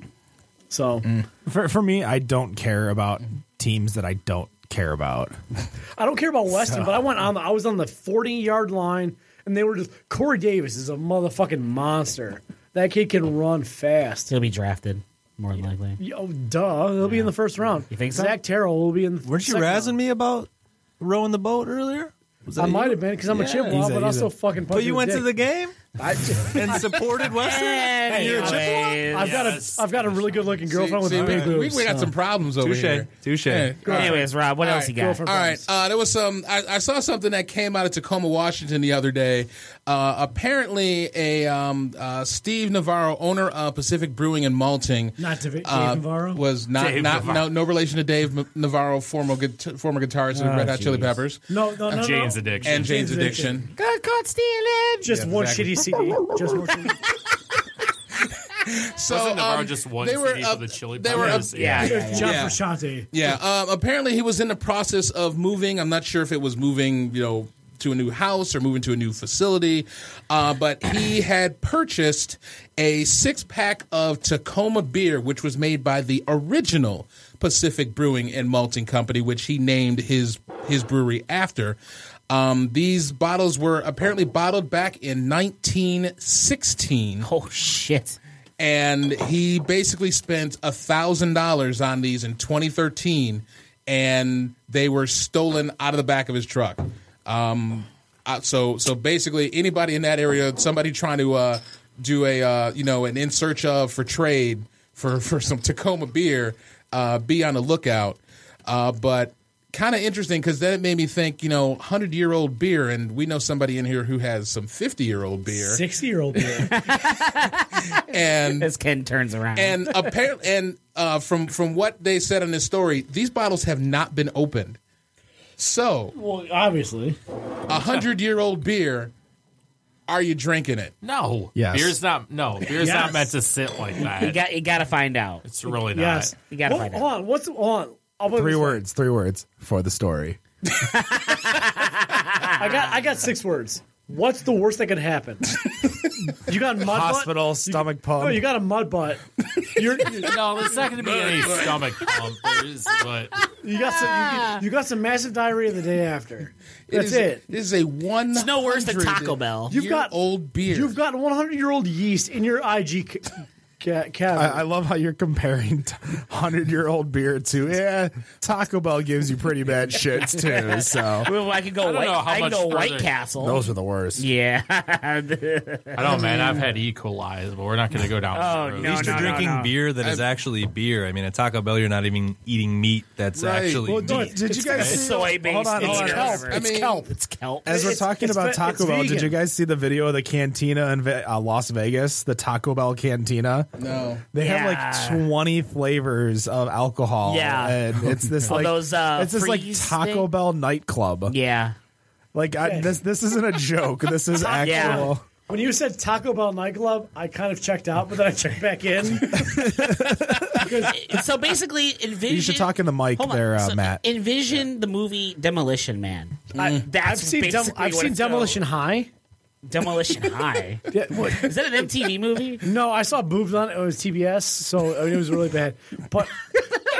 So For for me, I don't care about teams that I don't care about. I don't care about Weston, but I went on. The, I was on the forty yard line, and they were just Corey Davis is a motherfucking monster. That kid can run fast. he'll be drafted more than likely. Yo, duh, he'll be in the first round. You think so? Zach Terrell will be in. The Weren't you second razzing round. me about rowing the boat earlier? Was I that you? might have been because I'm a Yeah. chip He's wad, a- but he's also a- fucking. But you went to the game and supported Western. Anyways, I've got Yes. a I've got a really good looking girlfriend See, with big we, we, boobs. we got some problems over Touche, here. touche. Yeah. anyways, Rob, what All else right, you got? girlfriend. All right. Uh, there was some. I, I saw something that came out of Tacoma, Washington, the other day. Uh, apparently, a um, uh, Steve Navarro, owner of Pacific Brewing and Malting, Not Dave- Dave uh, Navarro? was not Dave not Navarro. No, no relation to Dave M- Navarro, former guit- former guitarist Ah, of the Red Hot Chili Peppers No, no, no, no. Jane's addiction. and Jane's Jane's Addiction. Addiction. Just one shitty CD. Just one shitty. So Wasn't Navarro um, just one they were CD for up- the Chili they were Peppers? up- yeah, yeah, yeah. John Yeah. Frusciante. Yeah. Um, apparently, he was in the process of moving. I'm not sure if it was moving, you know, to a new house or moving to a new facility, uh, but he had purchased a six pack of Tacoma beer, which was made by the original Pacific Brewing and Malting Company, which he named his his brewery after. Um, these bottles were apparently bottled back in 1916 Oh shit! and he basically spent a thousand dollars on these in 2013, and they were stolen out of the back of his truck. Um, uh, so so basically, anybody in that area, somebody trying to uh, do a uh, you know an in search of for trade for for some Tacoma beer, uh, be on the lookout. Uh, but kind of interesting because then it made me think, you know, hundred year old beer, and we know somebody in here who has some fifty year old beer, Sixty year old beer. and As Ken turns around, and apparently, and uh, from from what they said in this story, these bottles have not been opened. So, well, obviously. a hundred year old beer, are you drinking it? No. Yes. Beer's not no, Yes. beer's not meant to sit like you that. got you got to find out. it's really not. Yes. You gotta Hold- find out. Hold on. What's hold on? I'll put it Three this way. words, three words for the story. I got I got six words. What's the worst that could happen? You got mud Hospital, stomach Butt? pump. No, you got a mud butt. You're, you No, there's not going to be any stomach pumpers, but you got some. You, you got some massive diarrhea the day after. That's is, it. This is a one. It's no worse than Taco Bell. You've got old beer. You've got 100 year old yeast in your IG c- Ke- Kevin. I, I love how you're comparing hundred year old beer to yeah. Taco Bell gives you pretty bad shits too. So Well, I could go. don't White, know how I could much go White further- Castle. those are the worst. yeah. I don't, man. I've had E. coli, but we're not going to go down. Oh, this road. no, At least you're no, drinking no. beer that is actually beer. I mean, at Taco Bell, you're not even eating meat that's Right. actually Well, meat. Did you guys see? soy based. Hold on, hold on. Kelp. I mean, It's kelp. As we're It's- talking it's about ve- Taco it's Bell, vegan. did you guys see the video of the cantina in Ve- uh, Las Vegas? The Taco Bell cantina. no. They Yeah. have like twenty flavors of alcohol. Yeah. and it's this Oh, like those, uh, it's this like freeze Taco thing? Bell nightclub. Yeah. Like I, this, this isn't a joke. This is actual. Yeah. When you said Taco Bell nightclub, I kind of checked out, but then I checked back in. So basically, envision. You should talk in the mic Hold on. there, uh, So Matt. Envision the movie Demolition Man. I, that's I've seen, Dem- basically I've what seen it's called. Demolition High. Demolition High. Is that an MTV movie? No, I saw boobs on it. It was TBS, so I mean, it was really bad. But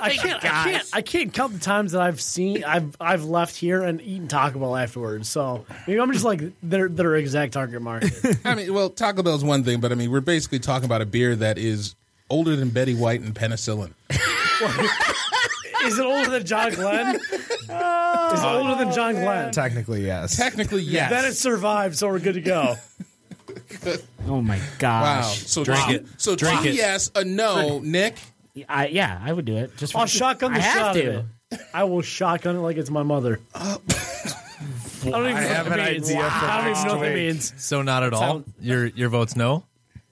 I can't, I can't, I can't count the times that I've seen, I've, I've left here and eaten Taco Bell afterwards. So maybe I'm just like their, their exact target market. I mean, well, Taco Bell's one thing, but I mean, we're basically talking about a beer that is older than Betty White and penicillin. Is it older than John Glenn? Is Oh, it older than John Glenn? Technically, yes. Technically, yes. Then it survived, so we're good to go. Oh my wow. gosh. So drink it. So Drink two it. yes, a no, Nick. I, yeah, I would do it. Just for, I'll Oh, shotgun the I have shot to. Uh, of it. I will shotgun it like it's my mother. I don't even know have what an that means. idea for I don't even know what that next week. means. so not at all. Your your vote's no.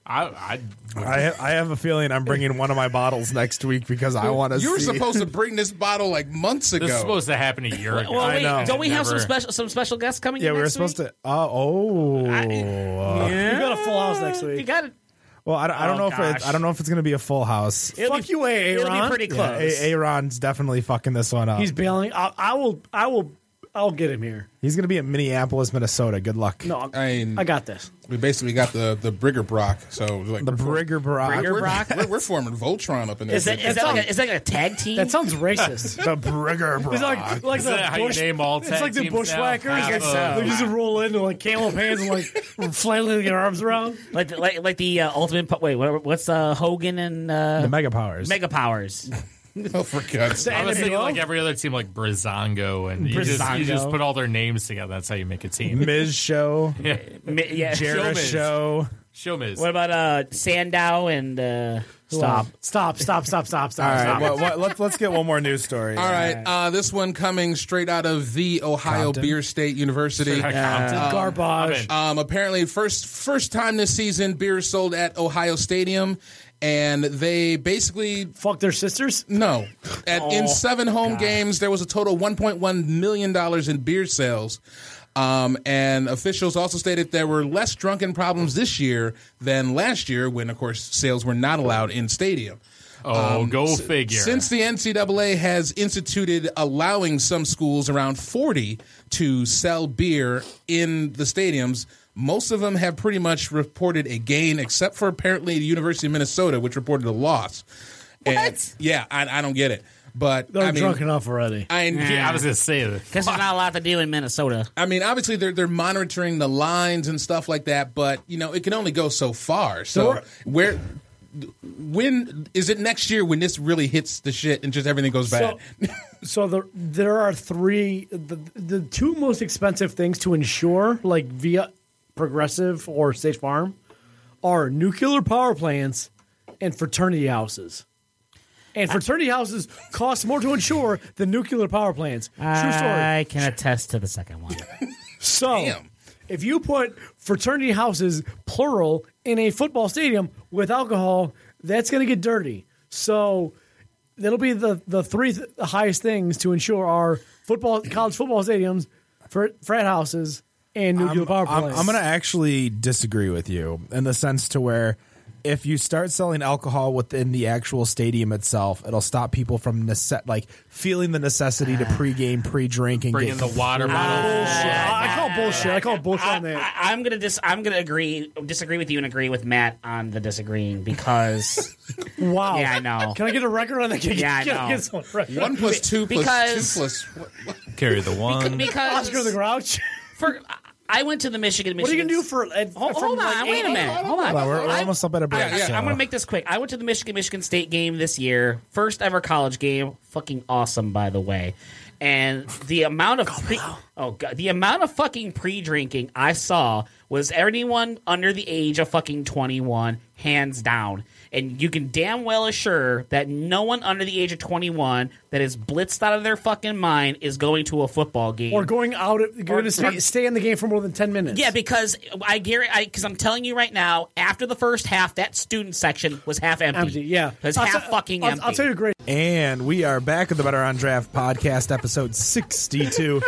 I, I, I have, I have a feeling I'm bringing one of my bottles next week because I want to. You were see. supposed to bring this bottle like months ago. this is supposed to happen a year ago. Well, wait, know. don't we have some Never- special some special guests coming? Yeah, in we were next supposed week? to. Uh, oh, You got a full house next You week. got it. well, I, don't- I don't Oh, know if it's, gosh. I don't know if it's going to be a full house. Fuck you, Aaron. It'll be pretty Yeah, close. A- Aaron's definitely fucking this one up. He's He's, bailing. I, I will. I will. I'll get him here. going to be in Minneapolis, Minnesota. Good luck. No, I, I mean, I got this. we basically got the the Brigger Brock. So like the Brigger Brock. we're, we're, we're forming Voltron up in Is this. that, is, that like a, is that like a tag team? That sounds racist. the Brigger Brock. It's like, like Is the that how you bush- name all It's tag like the teams now? bushwhackers. I guess so. They just roll in and like camo pants and like flailing their arms around. like, the- like like the uh, ultimate. Po- wait, what, what's uh, Hogan and uh, the Mega Powers. Mega Powers? oh, for God's sake. I was thinking NWO? like every other team, like Brizongo, and you, Just, you Brizongo. just put all their names together. That's how you make a team. Miz Show. Mi- yeah. Jarrah Showbiz. Show. Show Miz. What about uh, Sandow and uh, Stop! stop? Stop! Stop! Stop! Stop! Stop! All right, stop. well, well, let's let's get one more news story. All right, uh, this one coming straight out of the Ohio Beer State University. Garbage. Um, apparently, first first time this season, beer is sold at Ohio Stadium, and they basically Fuck their sisters. no. At in seven home games, there was a total 1.1 million dollars in beer sales. Um, and officials also stated there were less drunken problems this year than last year, when of course sales were not allowed in stadium. oh, go figure. Since the NCAA has instituted allowing some schools around 40 to sell beer in the stadiums, most of them have pretty much reported a gain, except for apparently the University of Minnesota, which reported a loss. What? yeah, I, I don't get it. But They're I mean, drunk enough already. I, yeah, I was gonna say that. Because there's not a lot to do in Minnesota. I mean, obviously they're they're monitoring the lines and stuff like that, but you know it can only go so far. So Sure. where, when is it next year when this really hits the shit and just everything goes bad? So, so there, there are three the, the two most expensive things to insure, like via Progressive or State Farm, are nuclear power plants and fraternity houses. And fraternity houses cost more to insure than nuclear power plants. True story. I can attest to the second one. So, Damn. if you put fraternity houses plural in a football stadium with alcohol, that's going to get dirty. So, that'll be the the three th- highest things to ensure are football college football stadiums, fr- frat houses, and nuclear power I'm, plants. I'm going to actually disagree with you in the sense to where if you start selling alcohol within the actual stadium itself, it'll stop people from nece- like feeling the necessity to pregame, pre-drink, and Ah. Bring in get the water bottle. bullshit. I I call bullshit. I call bullshit on that. I, am gonna dis- I'm gonna agree disagree with you and agree with Matt on the disagreeing because wow. yeah I know Can I get a record on that? Can I Yeah, I get, know. get some record? One plus two plus because- two plus. What, what? Carry the one. because Oscar the Grouch. for I went to the Michigan. What are you Michigan gonna do for? Uh, Hold, from hold on, like eight- wait a minute. Hold on. Well, we're I- almost up at a break, I, yeah, so- I'm going to make this quick. I went to the Michigan Michigan State game this year. First ever college game. Fucking awesome, by the way. And the amount of pre- oh god, the amount of fucking pre-drinking I saw was anyone under the age of fucking 21, hands down. And you can damn well assure that no one under the age of 21 that is blitzed out of their fucking mind is going to a football game Or going out, you're going to stay, stay in the game for more than ten minutes. yeah, because I guarantee, because I'm telling you right now, after the first half, that student section was half empty. Empty, yeah. it was I'll half t- fucking I'll, empty. I'll tell you a great. And we are back at the Better on Draft podcast, episode 62.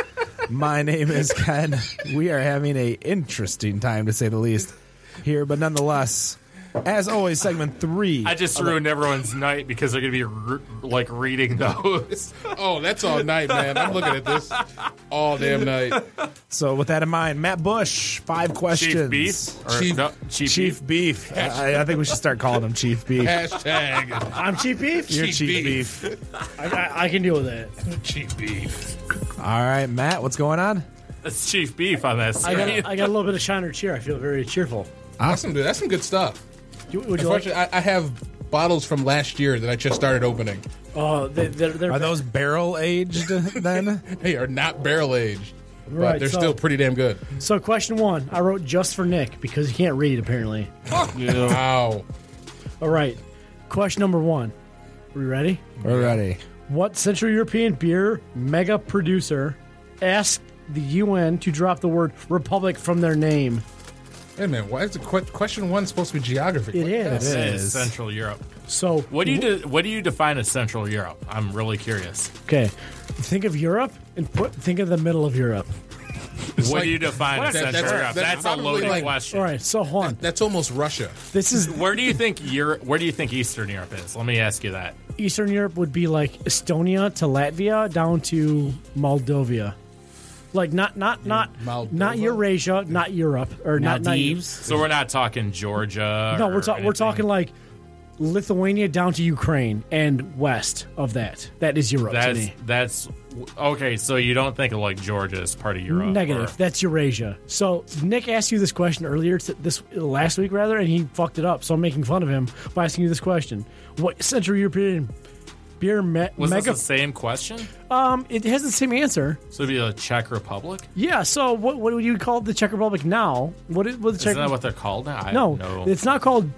My name is Ken. We are having a interesting time, to say the least, here. But nonetheless, as always, segment three. I just ruined everyone's night because they're going to be re- like reading those. Oh, that's all night, man. I'm looking at this all damn night. so with that in mind, Matt Bush, five questions. Chief Beef. Or, Chief- no, Chief, Beef. Chief Beef. I, I think we should start calling him Chief Beef. Hashtag I'm cheap beef. You're Chief Chief, Beef. Beef. I, I, I can deal with that. cheap beef. All right, Matt, what's going on? That's Chief Beef on this. I got, I got a little bit of shine or cheer. I feel very cheerful. Awesome, dude. That's some good stuff. You, would you like? Unfortunately, I, I have bottles from last year that I just started opening. Oh, they, they're, they're Are those barrel aged then? They are not barrel aged, but Right, they're so- still pretty damn good. So, question one, I wrote just for Nick because he can't read apparently. Wow. All right. Question number one. Are you ready? We're ready. What Central European beer mega producer asked the UN to drop the word republic from their name? Wait a minute. Why is the que- question one supposed to be geography? It is. It is. is Central Europe. So, What do you de- what do you define as Central Europe? I'm really curious. okay. Think of Europe and put think of the middle of Europe. what like- do you define as That- Central that's- Europe? that's That's, a probably loaded like- question. All right. So, hold on. That's almost Russia. This is Where do you think Europe? Where do you think Eastern Europe is? Let me ask you that. Eastern Europe would be like Estonia to Latvia down to Moldova. Like not not not Moldova? not Eurasia, not Europe or not not- Maldives. So we're not talking Georgia. No, or we're talking we're anything. talking like Lithuania down to Ukraine and west of that. That is Europe to That's me. that's okay. So you don't think of like Georgia as part of Europe? Negative. or- That's Eurasia. So Nick asked you this question earlier t- this last week rather, and he fucked it up. So I'm making fun of him by asking you this question: What Central European beer me- was mega? this the same question? um, it has the same answer. So it'd be the Czech Republic. Yeah. So what what would you call the Czech Republic now? What is what the Czech? Isn't that what they're called now? I no, don't know. it's not called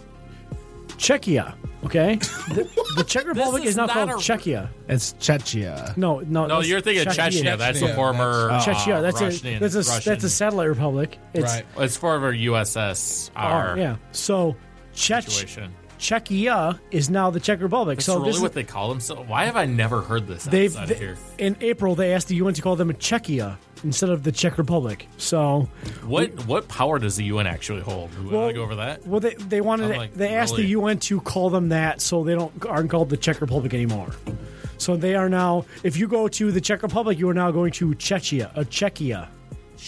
Czechia. Okay, the, the Czech Republic is is not, called not a- Czechia. It's Chechia. No, no, No, that's you're thinking Chechnya. That's Chechnya, a former uh, Chechnya. That's Russian- a that's a Russian- that's a satellite republic. It's, right. It's former USSR. yeah. So Czech Situation. Czechia is now the Czech Republic. That's so really this is- what they call them. So why have I never heard this they've outside of they- here? in April they asked the UN to call them a Czechia instead of the Czech Republic. So What what power does the UN actually hold? Do we want to go over that? Well, they they wanted I'm, like, they asked really- the UN to call them that, so they don't aren't called the Czech Republic anymore. So they are now. If you go to the Czech Republic, you are now going to Chechia, a Czechia.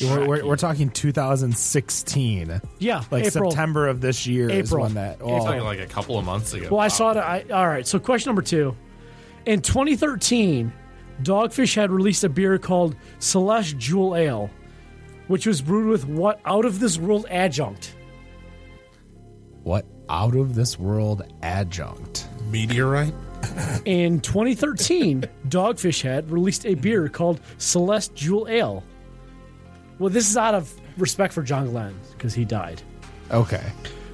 We're, we're, we're talking 2016. Yeah, Like April. September of this year is April. when that. oh, April. well, Talking like a couple of months ago. Well, I saw it. I, all right. So question number two: In 2013, Dogfish had released a beer called Celeste Jewel Ale, which was brewed with what out of this world adjunct. What out of this world adjunct? Meteorite? In 2013, Dogfish Head released a beer called Celeste Jewel Ale. Well, this is out of respect for John Glenn because he died. Okay.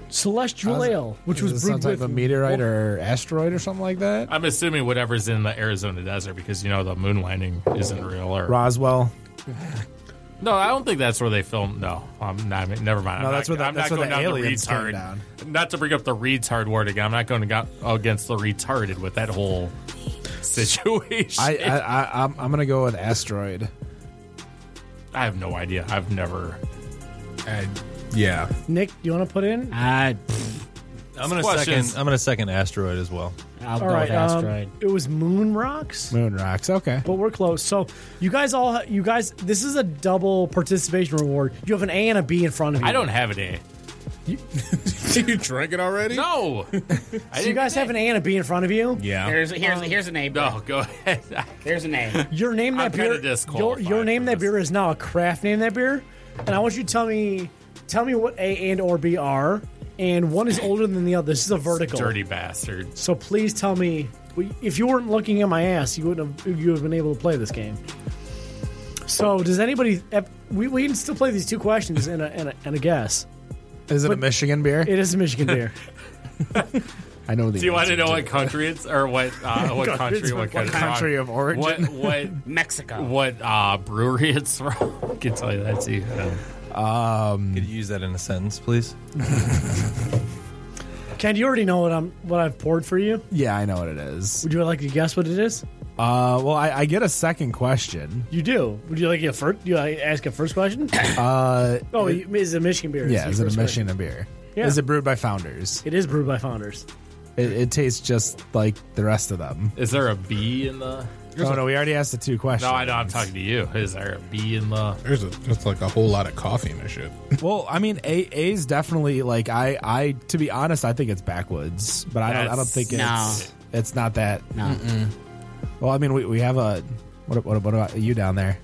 Celeste Jewel Ale, which Is was this brewed some type with of meteorite or asteroid or something like that? I'm assuming whatever's in the Arizona desert because you know the moon landing isn't real. Or Roswell. no, I don't think that's where they filmed. No, I'm not, I mean, never mind. No, I'm that's not, where the- I'm that's not where going the down the aliens came retard. down. Not to bring up the retard word again. I'm not going to go against the retarded with that whole situation. I, I, I I'm, I'm gonna go with asteroid. I have no idea. I've never. I- yeah. Nick. You want to put in? I, I'm gonna Questions. second. I'm gonna second asteroid as well. I'll All go right, with um, asteroid. it was Moon Rocks, Moon rocks. Okay. but we're close. So you guys all, you guys, this is a double participation reward. You have an A and a B in front of you. I don't have an A. you drank it already? No. I You guys have an A and a B in front of you. Yeah. Here's Um, here's here's a name. No, Oh, go ahead. There's a name. Your name I'm that kinda beer. Your, disqualified your name for that this. beer is now a craft name that beer. and I want you to tell me tell me what A and or B are, and one is older than the other. This is a vertical. Dirty bastard. So please tell me if you weren't looking at my ass, you wouldn't have you would have been able to play this game. So does anybody? We, we can still play these two questions and a, and a, and a guess. Is it a Michigan beer? It is a Michigan beer. I know the. Do you want to know what country it's or what uh, what country what kind of country of origin? What what Mexico. what uh, brewery it's from? I can tell you that uh, too. Could you use that in a sentence, please? Ken, you already know what I'm what I've poured for you. Yeah, I know what it is. Would you like to guess what it is? Uh, well, I, I get a second question. You do. Would you like a first? You like ask a first question? Uh, oh, you- is it a Michigan beer? yeah, your is it first a question. Michigan beer? Yeah. Is it brewed by founders? It is brewed by Founders. It, it tastes just like the rest of them. Is there a B in the? Oh no, we already asked the two questions. No, I know. I'm talking to you. Is there a B in the? There's a, just like a whole lot of coffee in this shit. Well, I mean, A A's definitely like I I to be honest, I think it's backwoods, but I don't I don't That's- think it's No. it's not that. No. Well, I mean, we, we have a what what what about you down there?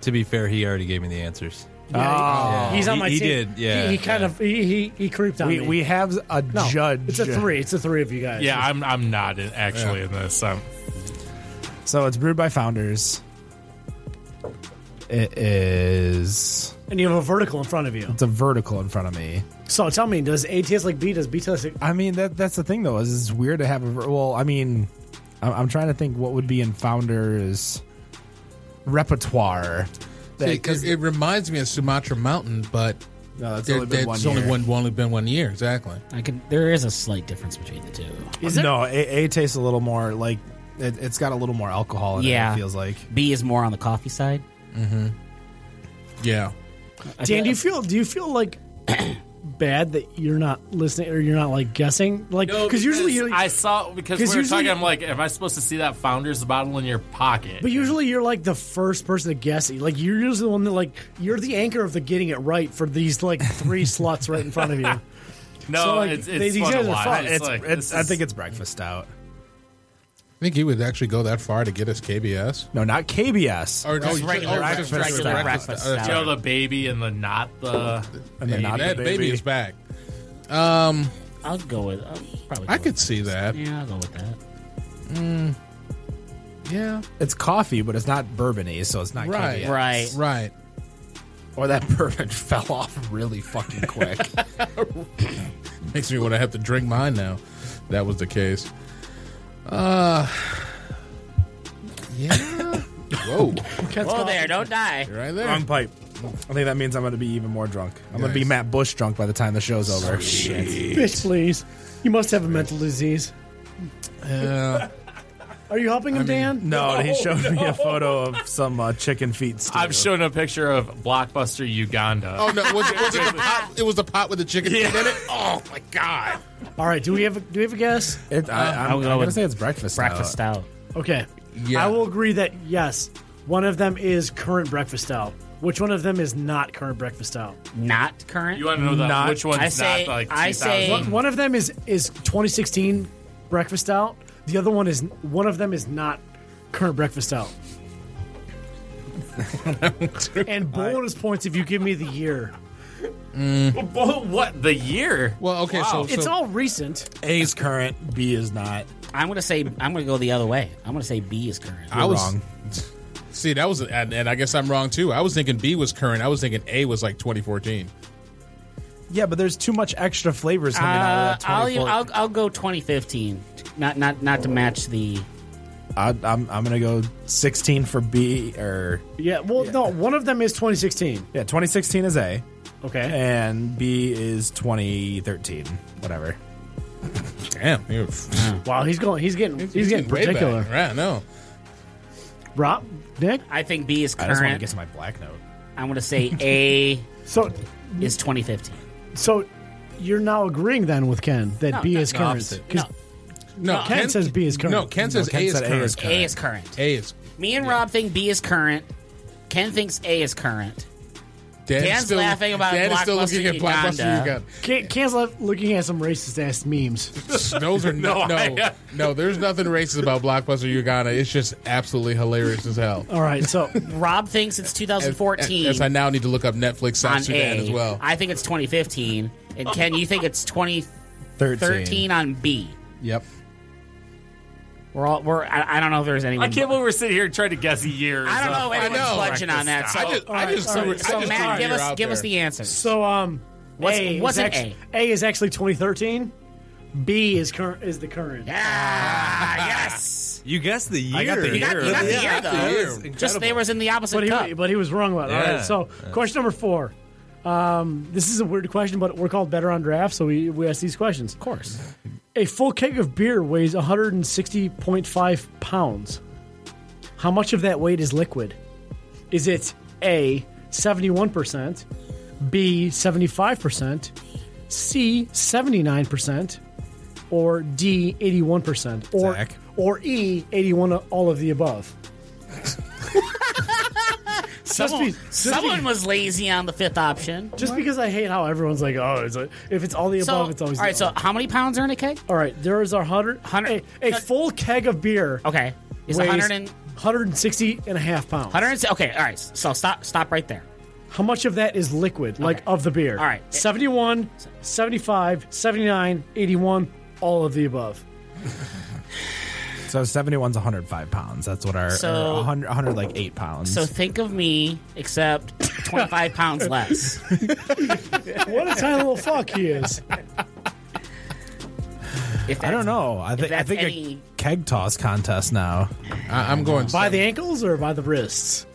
To be fair, he already gave me the answers. Oh, Yeah, he's on He- my he team. did, yeah, he, he kind yeah. of he, he he creeped on We me. we have a no, judge. It's a three. It's a three of you guys. Yeah, I'm I'm not in, actually in this. Um, So it's brewed by founders. It is. and you have a vertical in front of you. It's a vertical in front of me. So tell me, does A taste like B? Does B taste like I mean that that's the thing though is it's weird to have a ver- well I mean I'm, I'm trying to think what would be in founders repertoire It, it, it reminds me of Sumatra Mountain, but No, that's there- only been there's one only year. one only been one year exactly. I can. There is a slight difference between the two. no a, a tastes a little more like it, it's got a little more alcohol in it, Yeah. it feels like B is more on the coffee side. Yeah, I Dan, do you feel- feel do you feel like bad that you're not listening or you're not like guessing? Like because usually you're, I saw because 'cause we were usually- talking. I'm like, am I supposed to see that Founder's bottle in your pocket? but usually you're like the first person to guess. it. Like you're usually the one that like you're the anchor of the getting it right for these like three sluts right in front of you. no, so, like, it's, they- it's these fun to guys are watch. fun. It's, like, this I is- think it's breakfast out I think he would actually go that far to get us KBS. no not KBS Or no, Just you- regular oh, breakfast, just regular breakfast Oh, that's style. you know, the baby and the not the. and then right. not that the baby. baby is back. I'll go with. I'll probably. Go I with could see that. Yeah, I'll go with that. Yeah, it's coffee but it's not bourbony so it's not Right. KBS. Right. right. or that bourbon fell off really fucking quick Makes me want to have to drink mine now. That was the case. Uh, yeah. Whoa, Whoa there! Don't die. You're right there. Wrong pipe. I think that means I'm going to be even more drunk. I'm going to be Nice. Matt Bush drunk by the time the show's Oh, over. Bitch, please. You must have a mental disease. Yeah. Are you helping him, Dan? No, Oh, he showed me a photo of some uh, chicken feet stew. I've shown a picture of Blockbuster Uganda. oh no, was, was it the pot? It was the pot with the chicken feet in it. Oh my god. All right. Do we have a, do we have a guess? It, I, I'm, I'll I'm go going to with say it's breakfast. Breakfast Uh, now. out. Okay. Yeah. I will agree that yes, one of them is current breakfast out. Which one of them is not current breakfast out? Not current. You want to know the, Not- which one's I say- not like I 2000? say- One, one of them is is 2016 breakfast out. The other one is one of them is not current breakfast out. and bonus points if you give me the year. Whoa, what the year? Well, okay, so, so It's all recent. A's current, B is not. I'm gonna say. I'm gonna go the other way. I'm gonna say B is current. I was wrong. See, that was and, and I guess I'm wrong too. I was thinking B was current. I was thinking A was like 2014. Yeah, but there's too much extra flavors coming out Uh, of that. I'll, 24 I'll I'll go 2015. Not not not to match the. I, I'm, I'm going to go 16 for B, or. Yeah. Well, no, one of them is 2016. Yeah, 2016 is A, Okay. and B is 2013. Whatever. Damn, you're, Wow, he's going. He's getting. He's, getting way back. particular. Right, I know. Rob, Nick. I think B is I just want to current. get to my black note. I'm gonna say A So, is 2015. so you're now agreeing then with Ken that No, B no, is no, current. opposite. 'Cause No, Ken says B is current. No, Ken says Ken A is said A current. is A is current. A is Me and Rob think B is current. Ken thinks A is current. Dan Dan's laughing about Dan is still Blockbuster looking at Blockbuster Uganda. Can, Can's left looking at some racist ass memes. Uganda. Those are no, no, no. There's nothing racist about Blockbuster Uganda. It's just absolutely hilarious as hell. All right, so Rob thinks it's 2014 As I now need to look up Netflix South on Sudan A. as well. I think it's 2015, and Ken, you think it's 2013 on B. yep. We're all we're. I, I don't know if there's anyone. I can't believe we're sitting here trying to guess years. I don't know if I anyone's know. fudging on that. So, I just, I just, all right, I so just threw Matt, give you us out give us there. the answers. so um, What's- A what's is an act- A is actually 2013. B is current is the current. Ah, yes. You guessed the year. I got the You got, you got the year though. Just they was in the But opposite cup. he, but he was wrong about it. All Yeah. right. So, question number four. Um, this is a weird question, but we're called Better on Draft, so we, we ask these questions. Of course. A full keg of beer weighs 160.5 pounds. How much of that weight is liquid? Is it A, 71%, B, 75%, C, 79%, or D, 81%, or, Zach. or E, 81 all of the above? someone, Just be- just someone be- was lazy on the fifth option. Just because I hate how everyone's like, oh, it's like, if it's all the So, above, it's all always Oh, right. the So, how many pounds are in a keg? above. all right. There is a hundred, Hundred- a, a full keg of beer. Okay, is weighs 100 and 160 and a half pounds. 100. Okay, all right. So stop stop right there. How much of that is liquid, like Okay. of the beer? All right. 71, 75, 79, 81, all of the above. So 71's 105 pounds. That's what our, uh, So- so, 100, 100 like 8 pounds. So think of me, except 25 pounds less. What a tiny little fuck he is. If I don't know. I think I that's think any- a keg toss contest now. I, I'm going By the ankles or by the wrists?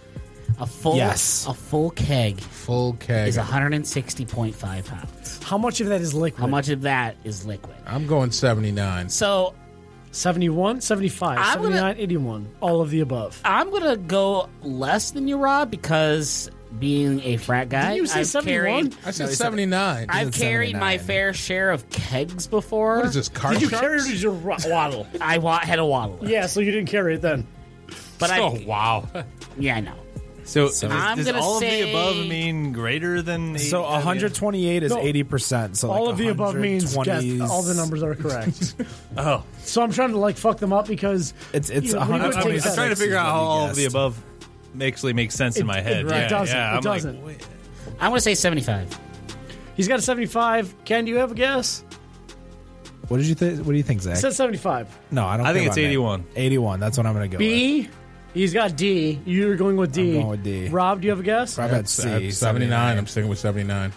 A full Yes. a full keg full keg. is 160.5 pounds. How much of that is liquid? How much of that is liquid? I'm going 79. So 71, 75, I'm gonna- 79, 81, all of the above. I'm gonna go less than you, Rob, because being a frat guy, Didn't you say I've 71? carried I said 79. I've carried my 79. fair share of kegs before. what is this, car Did you sharks? carry it or did you ro- waddle? I wa- had a waddle, yeah, so you didn't carry it then. but I Oh wow! yeah I know. So, does, I'm does gonna all of say- the above mean greater than? 80? So 128 is No. 80%. So all like of the above means guess, 120s. all the numbers are correct. oh, so I'm trying to like fuck them up because It's it's you know, when you I'm, go to I'm- take I'm that- trying to figure out how all of the Guessed. above actually makes sense It- in my head. It, yeah, doesn't. yeah. it I'm like, doesn't. I'm gonna say 75. He's got a 75. Ken, do you have a guess? What did you think? What do you think, Zach? It says 75. no, I don't. I think care it's about that. 81. 81. That's what I'm going to go. with. B. He's got D. You're going with D. I'm going with D. Rob, do you have a guess? Rob had C. I'm 79. I'm sticking with 79.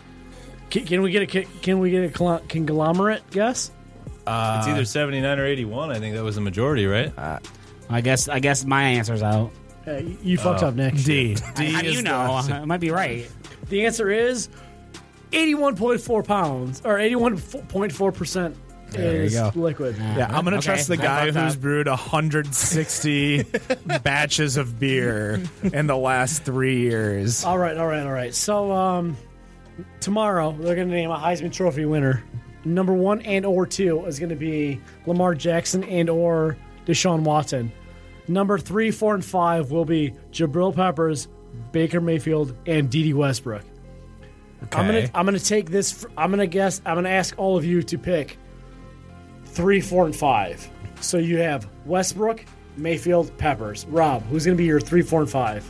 Can, can we get a ca- can we get a cl- conglomerate guess? It's either 79 or 81. I think that was the majority, right? Uh, I guess I guess my answer's out. Uh, you fucked up, Nick. D. D How do is you know? I might be right. The answer is 81.4 pounds or 81.4 percent you is go. liquid. Yeah, I'm gonna Okay. trust the I guy thought that- who's brewed 160 batches of beer in the last three years. All right, all right, all right. So um, tomorrow they're going to name a Heisman Trophy winner. Number one and or two is going to be Lamar Jackson and or Deshaun Watson. Number three, four, and five will be Jabril Peppers, Baker Mayfield, and D.D. Westbrook. I'm gonna Okay. I'm gonna take this. fr- I'm gonna guess. I'm gonna ask all of you to pick three, four, and five. So you have Westbrook, Mayfield, Peppers. Rob, who's gonna be your three, four, and five?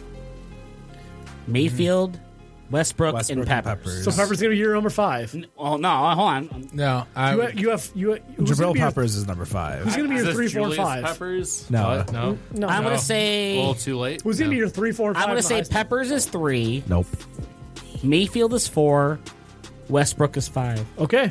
Mayfield, Westbrook, and and Peppers. So Peppers gonna be your number five. Oh no, hold on. No, I, You have you have, you have who's gonna Jabril be your- Peppers is number five. who's gonna be Is your this three, four, and Julius five? Peppers? No. What? no. No, I'm no. gonna A say little too late. who's gonna be your three, four, and five? I'm gonna in the say highest- Peppers is three, nope. Mayfield is four, Westbrook is five. Okay.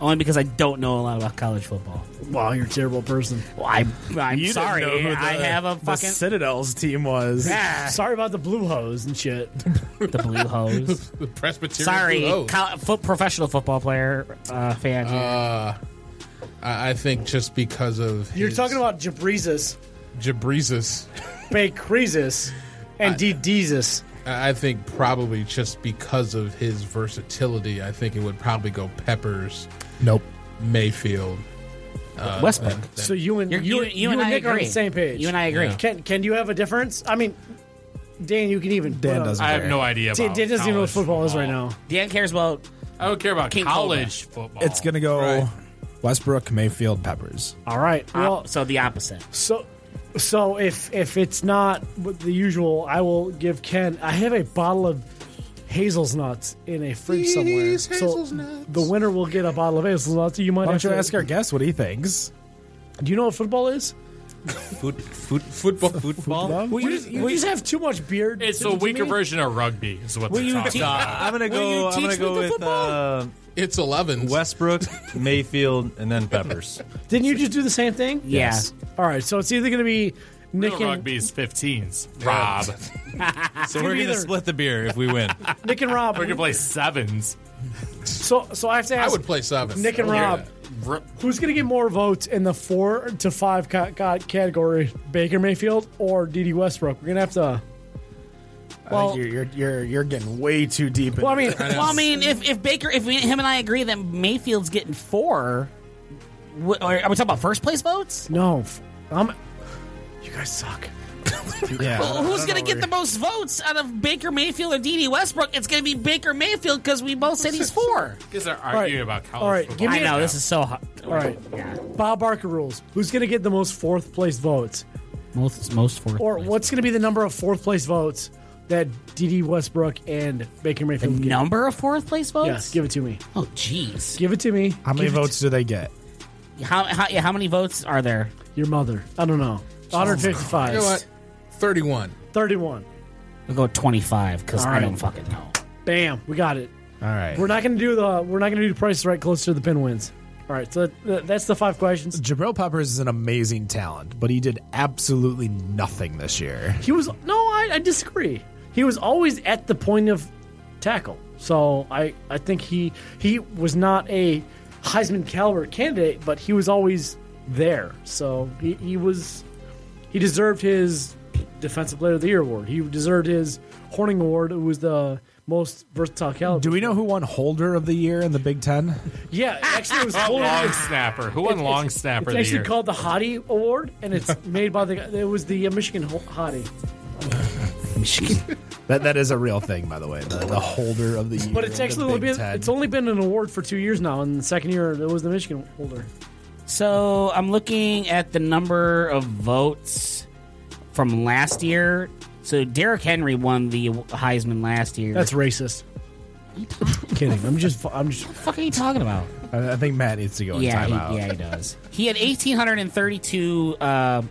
Only because I don't know a lot about college football. Wow, you're a terrible person. Well, I, I'm You didn't sorry. know who the- I have a The fucking Citadel's team was. Ah, Sorry about the blue hose and shit. the blue hose. the Presbyterian. sorry, Oh, col- foot, professional football player uh, fan. here. I, I think just because of You're his talking about Jabrizus, Jabrizus. Bakrezus, and DDzus. I I think probably just because of his versatility, I think it would probably go Peppers, Nope. Mayfield. Westbrook. So you and Uh, You're- you, you- and- you you and and I Nick are on agree. the same page. You and I agree. Can can you have a difference? I mean, Dan, you can even. Dan doesn't I have care. no idea. Dan, about Dan doesn't even know what college football, is right now. Dan cares about. I don't care about King college football. It's gonna go Right. Westbrook, Mayfield, Peppers. All right. Well, so the opposite. so so if if it's not what the usual, I will give Ken. I have a bottle of hazelnuts in a fridge somewhere. These So hazelnuts. the winner will get a bottle of hazelnuts. You might Why have don't you to ask our guest what he thinks? Do you know what football is? Foot, foot, football, football. Well, you, just, you just have too much beard. It's to- a to weaker me. version of rugby. Is what they're talking about. I'm gonna go. I'm gonna go with uh, It's 11. Westbrook, Mayfield, and then Peppers. Didn't you just do the same thing? Yes. All right. So it's either going to be Nick and, Real rugby's 15s. Rob, So we're gonna either. split the beer if we win. Nick and Rob. we're gonna play sevens. So so I have to I ask would play seven. Nick and I would Rob. do that. R- Who's going to get more votes in the four to five ca- ca- category? Baker Mayfield or D.D. Westbrook? We're going to have to. Well, Well, you're, you're you're you're getting way too deep. well I mean, Well, I mean, if, if Baker, if we, him and I agree that Mayfield's getting four, wh- are we talking about first place votes? no. f- I'm, you guys suck. yeah. Who's going to get the most votes out of Baker Mayfield or D.D. Westbrook? It's going to be Baker Mayfield because we both said he's four. You guys are arguing about college All right, football. give me I know, this is so hot. All right. Bob Barker rules. Who's going to get the most fourth place votes? Most most fourth. Or place. what's going to be the number of fourth place votes that D.D. Westbrook and Baker Mayfield get? Number of fourth place votes? Yes, give it to me. oh, jeez. Give it to me. How many Give it votes do they get? How, how, yeah, how many votes are there? to your mother. I don't know. 155. You know what? 31. 31. We'll go 25 because All I right. don't fucking know. Bam. We got it. All right. We're not going to do the. We're not going to do the price right closer to the pin wins. All right. So that, that's the five questions. Jabril Peppers is an amazing talent, but he did absolutely nothing this year. He was no. I, I disagree. He was always at the point of tackle. So I I think he he was not a Heisman caliber candidate, but he was always there. So he, he was he deserved his defensive player of the year award. He deserved his Horning award. It was the most versatile caliber. Do we know who won holder of the year in the Big Ten? Yeah, actually, it was Who won Holder. long snapper. Who won long snapper? It's of the actually year? called the Hottie Award, and it's made by the. It was the uh, Michigan Ho- Hottie, That that is a real thing, by the way. The, the holder of the year. but it's of the actually only Big been, Ten. it's only been an award for two years now. And the second year, it was the Michigan holder. So I'm looking at the number of votes from last year. So Derrick Henry won the Heisman last year. That's racist. Kidding. I'm just. I'm just. what the fuck are you talking about? I, I think Matt needs to go in Yeah, he, timeout. yeah, he does. He had 1,832, uh,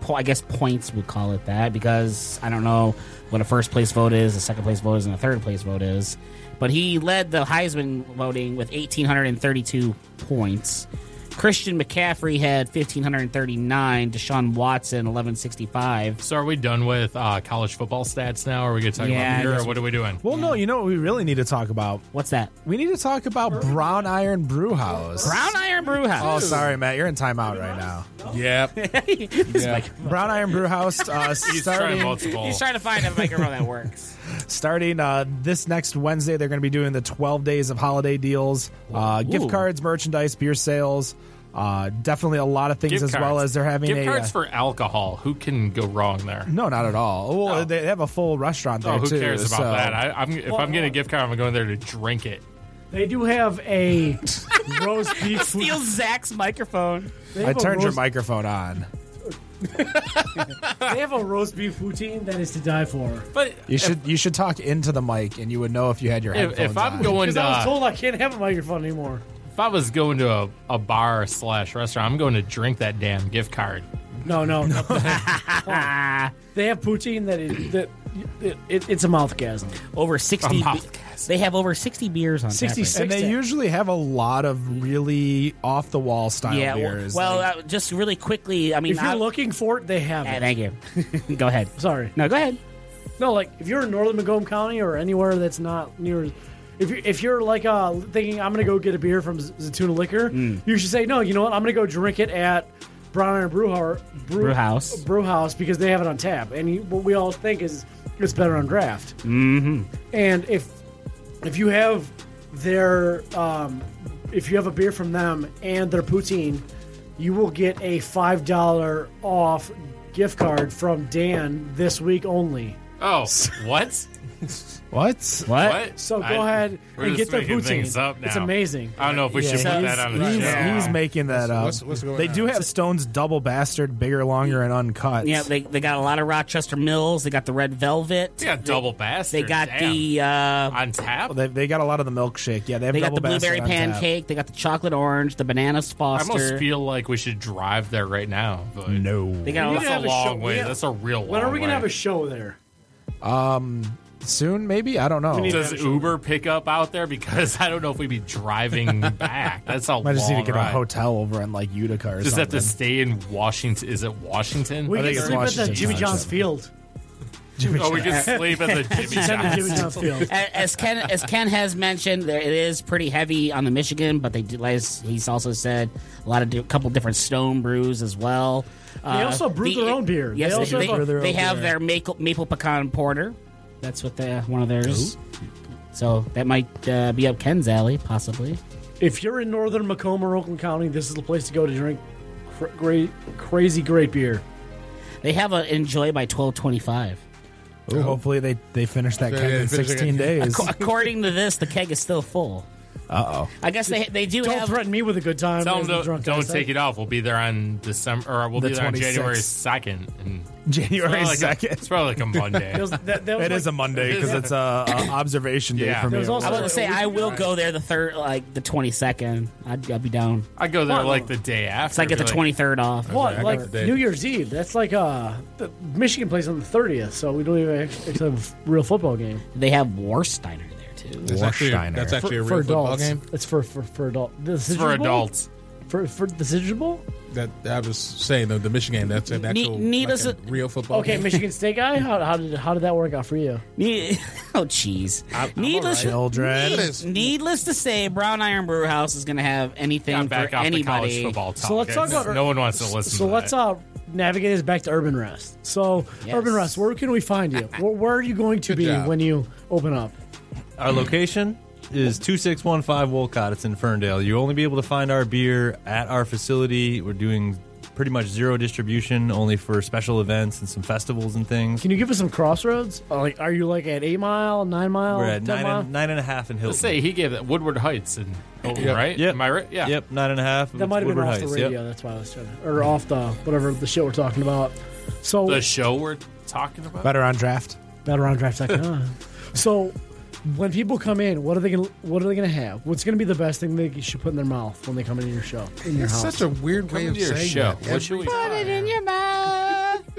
po- I guess, points, we call it that, because I don't know what a first place vote is, a second place vote is, and a third place vote is. But he led the Heisman voting with 1,832 points. Christian McCaffrey had 1,539, Deshaun Watson, 1,165. So are we done with uh, college football stats now? Are we gonna talk Yeah, I about beer? guess Or what are we doing? Well, no, you know what we really need to talk about? What's that? We need to talk about Brown Iron Brewhouse. Brown Iron Brew Oh, House. sorry, Matt. You're in timeout right now. Yep. yep. Brown Iron Brewhouse uh, He's trying starting multiple. He's trying to find a microphone that works. starting uh, this next Wednesday. They're going to be doing the 12 days of holiday deals, uh, gift Ooh. cards, merchandise, beer sales. Uh, definitely a lot of things Gift as cards. well as they're having gift a cards uh, for alcohol. Who can go wrong there? no, not at all. Well, No. they have a full restaurant there Oh, who too. cares about so- that? I, I'm if I'm getting a gift card, I'm going there to drink it. They do have a roast beef. Steal Zach's microphone. They I have a turned your roast- microphone on. They have a roast beef poutine that is to die for. But You should you should talk into the mic, and you would know if you had your if, headphones if I'm on. going Because to uh, I was told I can't have a microphone anymore. if I was going to a, a bar slash restaurant, I'm going to drink that damn gift card. No, no. no. they have poutine that is that it, it, it's a mouthgasm. Over 60. A be- they have over 60 beers on tap right 66. and they usually have a lot of really off the wall style Yeah, well, beers. well, uh, just really quickly. I mean, If you're I- looking for it, they have Yeah, it. thank you. go ahead. Sorry. No, go ahead. No, like if you're in northern Macomb County or anywhere that's not near, if you're, if you're like uh, thinking I'm gonna go get a beer from Z- Zatuna Liquor, you should say no. You know what? I'm gonna go drink it at Brown Iron Brew, Har- Brew, Brew House. Brew House because they have it on tap. And you, what we all think is it's better on draft. Mm-hmm. And if if you have their um, if you have a beer from them and their poutine, you will get a five dollar off gift card from Dan this week only. Oh, what? What? What? So go I- ahead we're and get just the making boots in. things up It's now. amazing. I don't know if we should put that on the he's, show. he's making that up. what's- what's going they on? do have Stone's double bastard, bigger, longer, and uncut. Yeah, they, they got a lot of Rochester Mills. They got the Red Velvet. They got double bastard. They got damn. the uh, on tap. they, they got a lot of the milkshake. Yeah, they have they got double the blueberry bastard on tap. pancake. They got the chocolate orange. The bananas I almost Foster. feel like we should drive there right now. But No, They got a that's lot. a have a long show- way. yeah. That's a real long When are we way. gonna have a show there? soon maybe. I don't know. need- Does Uber pick up out there? Because I don't know if we'd be driving back. That's a Might long just need to get ride. a hotel over in like Utica or Just have something. to stay in Washington. Is it Washington? We I can think it's sleep at the Washington Jimmy Township. John's Field. oh, we can sleep at the Jimmy Send the Jimmy John's. John's Field. A- As Ken as Ken has mentioned, there, it is pretty heavy on the Michigan, but they do, as he's also said, a lot of di- couple different stone brews as well. Uh, also brew their own beer. They Yes, they, also they, brew their they own have beer. their maple, maple pecan porter. That's what they, one of theirs. So that might uh, be up Ken's alley, possibly. If you're in northern Macomb or Oakland County, this is the place to go to drink cr- great, crazy great beer. They have a enjoy by twelve twenty five. Ooh, hopefully they they finish that Oh. Yeah, keg yeah, in finish that sixteen keg. days. According to this, the keg is still full. Uh oh. I guess they they do Don't have threaten me with a good time. Tell as them the don't, drunk don't guy take said. it off. We'll be there on December, or we'll The be there on January 26th. second. and it's January probably like a- second. It's probably like a Monday. That was- that- that was It is a like- Monday because it's a, a observation day Yeah. for me. There's also- I was gonna say Sorry, I will right. go there the third, like the twenty second. I'd, I'd be down. I go there like the day after. So I get the Be like, twenty third off. What? got Like the date. New Year's Eve? That's like uh, the Michigan plays on the thirtieth, so we don't even actually have a real football game They have Warsteiner there too. That's actually, Warsteiner. that's actually a real for football adults. game. It's for for for adults. It's for adults. For for the Citrus Bowl? That I was saying though, the Michigan. That's an Ne- actual need like us a a- real football. Okay, game. Michigan State guy. How, how did how did that work out for you? Ne- oh, jeez. Needless, Children. need- It is. needless to say, Brown Iron Brew House is going to have anything I'm back for off the college anybody. football talk. So let's talk It's- about- Oh, No one wants to listen. So to let's that. uh navigate us back to Urban Rest. So Yes. Urban Rest, where can we find you? where, where are you going to Good be job. when you open up? Our location is 2615 Wolcott. It's in Ferndale. You'll only be able to find our beer at our facility. We're doing pretty much zero distribution, only for special events and some festivals and things. Can you give us some crossroads? Uh, Like, are you like at eight mile, nine mile, We're at ten nine mile? and, nine and a half in Hilton. Let's say he gave it Woodward Heights and Hilton, Yep. right? Yep. Am I right? Yeah. Yep, nine and a half. that might have been Woodward off the Heights, radio. Yep. That's why I was trying to, or off the whatever the shit we're talking about. So The show we're talking about. Better on draft. BattleRoundDraft.com. so when people come in, what are they gonna what are they gonna have? What's gonna be the best thing they should put in their mouth when they come into your show? In your That's house. such a weird way Come of to your saying show. that. What should we?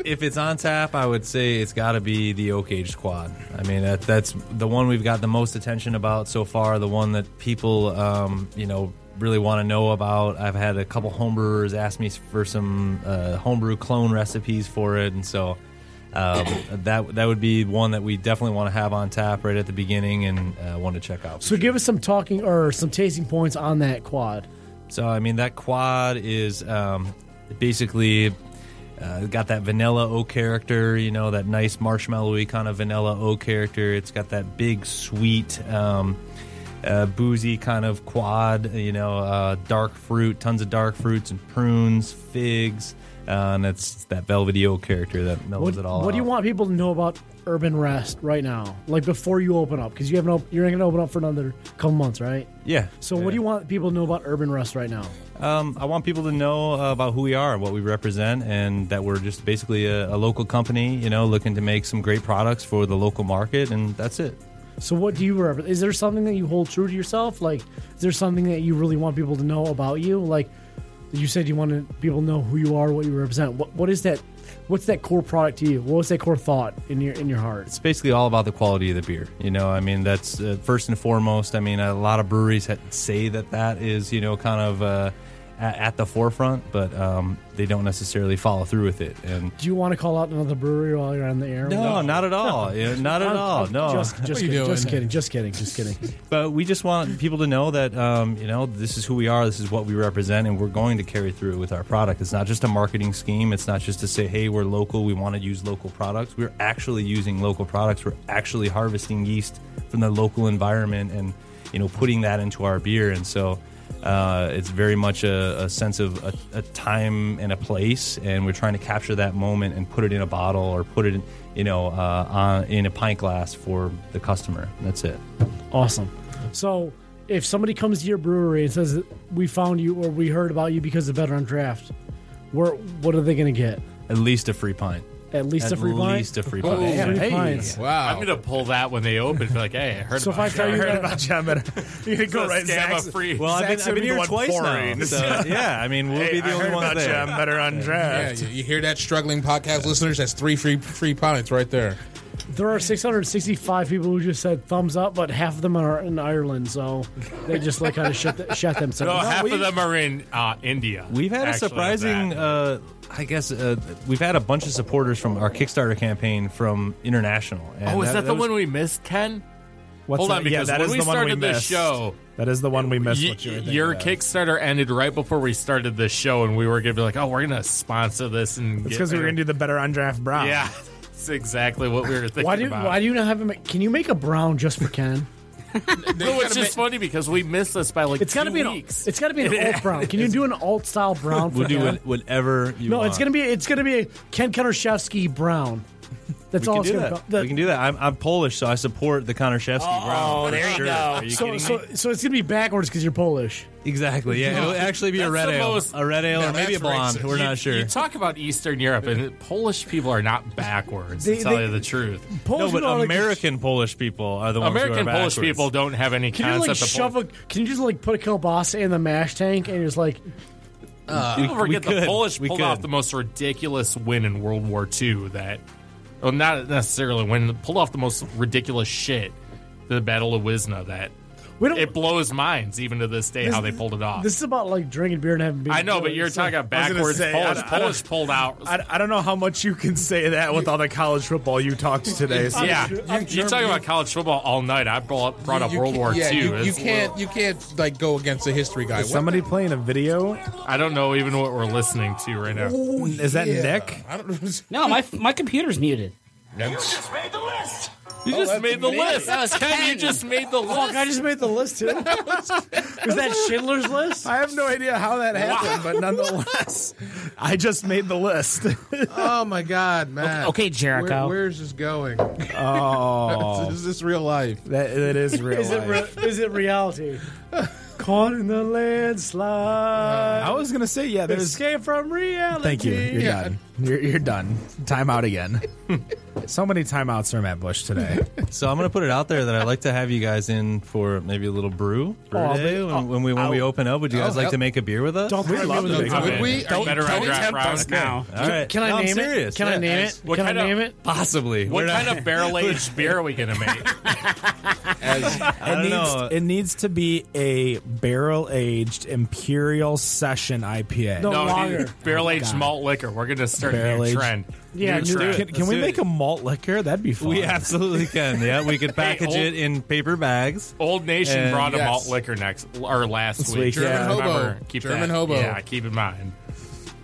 If it's on tap, I would say it's got to be the Oak Age Squad. I mean, that, that's the one we've got the most attention about so far. The one that people, um, you know, really want to know about. I've had a couple homebrewers ask me for some uh, homebrew clone recipes for it, and so um, that that would be one that we definitely want to have on tap right at the beginning and uh, want to check out. so give us some talking or some tasting points on that quad. So I mean that quad is um, basically uh, got that vanilla oak character, you know, that nice marshmallowy kind of vanilla oak character. It's got that big sweet. Um, uh, boozy kind of quad, you know, uh, dark fruit, tons of dark fruits and prunes, figs, uh, and that's that velvety oak character that What, mellows it all. what do you out. want people to know about Urban Rest right now? Like before you open up, because you haven't op- you're not gonna open up for another couple months, right? Yeah. So what do Yeah. you want people to know about Urban Rest right now? Um, I want people to know uh, about who we are, what we represent, and that we're just basically a, a local company, you know, looking to make some great products for the local market, and that's it. So what do you represent? Is there something that you hold true to yourself? Like, is there something that you really want people to know about you? Like, you said you wanted people to know who you are, what you represent. What what is that? What's that core product to you? What's that core thought in your in your heart? It's basically all about the quality of the beer, you know. I mean, that's uh, first and foremost. I mean, a lot of breweries ha- say that that is, you know, kind of uh, at, at the forefront, but um, they don't necessarily follow through with it. And Do you want to call out another brewery while you're on the air? no, not at all. Yeah, not at I'm- all. I'm No, just, just, you kidding, doing? just kidding, just kidding, just kidding. but we just want people to know that um, you know this is who we are this is what we represent and we're going to carry through with our product it's not just a marketing scheme it's not just to say hey we're local we want to use local products we're actually using local products we're actually harvesting yeast from the local environment and you know putting that into our beer and so Uh, it's very much a, a sense of a, a time and a place, and we're trying to capture that moment and put it in a bottle or put it, in, you know, uh, on, in a pint glass for the customer. That's it. Awesome. So if somebody comes to your brewery and says we found you or we heard about you because of Veteran Draft, where what are they going to get? At least a free pint. At least At a free pint? least a free pint. Three Yeah. pints. Wow. I'm gonna pull that when they open. Be like, hey, I heard So if I about tell you you. that- about John Better. You're gonna uh, go a right scam of Zach's- free- Well, I've been, Zach's gonna I've been be the here one twice pouring. now. So, yeah, I mean, we'll Hey, be the I only heard ones about there. John Better on Yeah, draft. you, you hear that, struggling podcast listeners? That's three free free pints right there. There are 665 people who just said thumbs up, but half of them are in Ireland, so they just like kind of shut, th- shut No, themselves. half we- of them are in uh, India. We've had actually, a of surprising, that. uh, I guess, uh, we've had a bunch of supporters from our Kickstarter campaign from international. And oh, is that, the was- one we missed, Ken? What's Hold on, that? Yeah, because that when is we the one started we this missed. show, That is the one we missed. Y- what you were thinking your of. Kickstarter ended right before we started the show, and we were gonna be like, "Oh, we're gonna sponsor this," and It's get because we were rid gonna of- do the Better on Draft brown. Yeah, it's exactly what we were thinking why do about. why do you not have him? Can you make a brown just for Ken? no, it's just funny because we missed this by like It's got to two be an weeks. it's got to be an alt brown. Can you do an alt style brown? For We'll do Ken? what- whatever you No, want. it's gonna be it's gonna be a Ken Konashevsky brown. That's We all can, it's do gonna that. be. we can do that. I'm, I'm Polish, so I support the Konashevsky Oh, Brown. there you sure. go. Are you so, kidding so, me? so it's gonna be backwards because you're Polish. Exactly. Yeah, it'll actually be a That's red the ale, most- a red ale, No, or maybe a that's blonde. racist. We're You- not sure. You talk about Eastern Europe, and Polish people are not backwards. They- to tell they- you the truth, Polish no, but people are like- American Polish people are the ones who are American Polish backwards. people don't have any Can you concept like of shove Polish. a? Can you just like put a kielbasa in the mash tank and just like People forget we could. the Polish We pulled could. off the most ridiculous win in World War II. That, well, not necessarily win, pulled off the most ridiculous shit. The Battle of Wisna. That we don't? it blows minds even to this day how they pulled it off. this is about like drinking beer and having beer. I know, but you're So- talking about I was gonna backwards say, I Polish. don't- I don't- Polish pulled out. I, I don't know how much you can say that with all the college football you talked today. So. yeah, sure- you, I'm you're sure- talking about college football all night. I brought, brought up You- you World can't- War yeah, II. You, you It's- can't you can't like go against the history guy. Is somebody playing a video? I don't know even what we're listening to right now. Is that Nick? I don't, No, my my computer's muted. You Oh, just made the list. That was Ken, you Ken. just made the list. Fuck, I just made the list too. Was that Schindler's List? I have no idea how that happened, but nonetheless, I just made the list. Oh my God, man. Okay, Jericho. where's this going? Oh. is this real life? That, that is real. Is it, life. re- is it reality? Caught in the landslide. I was gonna say yeah. There's Escape from reality. thank you. You're done. You're, you're done. Time out again. so many timeouts from Matt Bush today. So I'm going to put it out there that I'd like to have you guys in for maybe a little brew, brew Oh, day but- when, when we when we open up. Would you guys like yep. to make a beer with us? Don't threaten me love with the a big beer. I'm in. Would we- Don't, are- better don't on draft tempt round us now. All right. Can I No, I'm name serious. it? Can I Yeah. name it? What Can I kind of- name it? Possibly. What We're kind not- of barrel aged beer are we gonna make? I It don't needs, know. it needs to be a barrel aged Imperial Session IPA. No. lager. Oh barrel aged malt liquor. We're gonna start a new Barrel-aged. trend. Yeah, new new- trend. Can, can we do make it. a malt liquor? That'd be fun. we absolutely can. Yeah, we could package old- it in paper bags. Old Nation And- brought a Yes. malt liquor next or last This week. week, German yeah. hobo. Remember, keep German that- hobo. Yeah, keep in mind.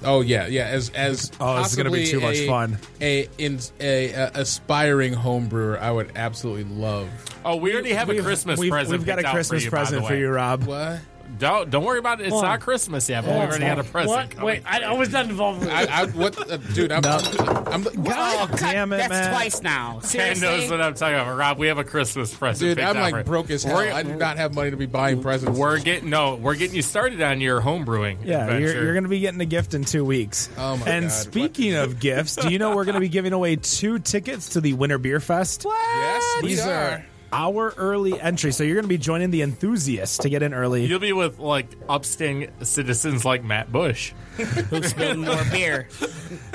Oh yeah, yeah. As as Oh, this is gonna be possibly too much a- fun. A, in, a, a aspiring home brewer, I would absolutely love. Oh, we already have a Christmas We've, present. we've got a picked out Christmas for you, by present the for way. you, Rob. What? Don't don't worry about it. It's What? not Christmas yet, but we already had a present. What? coming. Wait, I, I was not involved with I, it. I what? Uh, dude, I'm. I'm, I'm Oh, God, damn it, That's Matt. twice now. Ken Seriously? knows what I'm talking about. Rob, we have a Christmas present. Dude, picked I'm out for like you. broke as hell. We're- I do not have money to be buying presents. We're getting no, we're getting you started on your homebrewing. Yeah, adventure. you're, you're going to be getting a gift in two weeks. Oh my and God, what speaking of gifts, do you know we're going to be giving away two tickets to the Winter Beer Fest? yes, we These are. Our early entry. So you're going to be joining the enthusiasts to get in early. You'll be with like upstanding citizens like Matt Bush. Who's spilling more beer?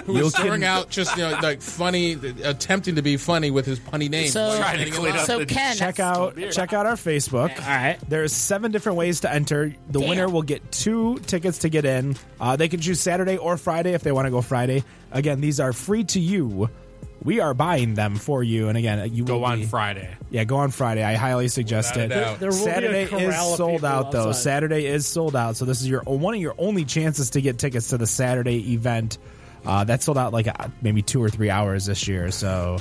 Who's throwing out just you know, like funny, attempting to be funny with his punny name. So, Trying to clean up so the- Ken, check out check out our Facebook. All right. There's seven different ways to enter. The Damn. winner will get two tickets to get in. Uh, they can choose Saturday or Friday if they want to go Friday. Again, these are free to you. We are buying them for you. And again, you Go will on be- Friday. Yeah, go on Friday. I highly suggest Without it. a doubt. There will be a Saturday corral is of sold people out though. outside. Saturday is sold out. So this is your one of your only chances to get tickets to the Saturday event. Uh, that sold out like uh, maybe two or three hours this year. So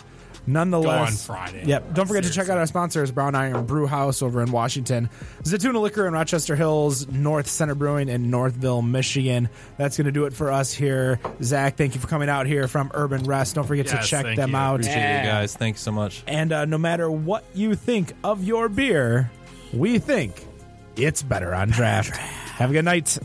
Nonetheless, Go on Friday. Yep. Don't forget to check out our sponsors, Brown Iron Brew House over in Washington, Zatuna Liquor in Rochester Hills, North Center Brewing in Northville, Michigan. That's going to do it for us here. Zach, thank you for coming out here from Urban Rest. Don't forget to Yes, check thank them you. out. Appreciate you guys. Thanks so much. And uh, no matter what you think of your beer, we think it's better on draft. Have a good night.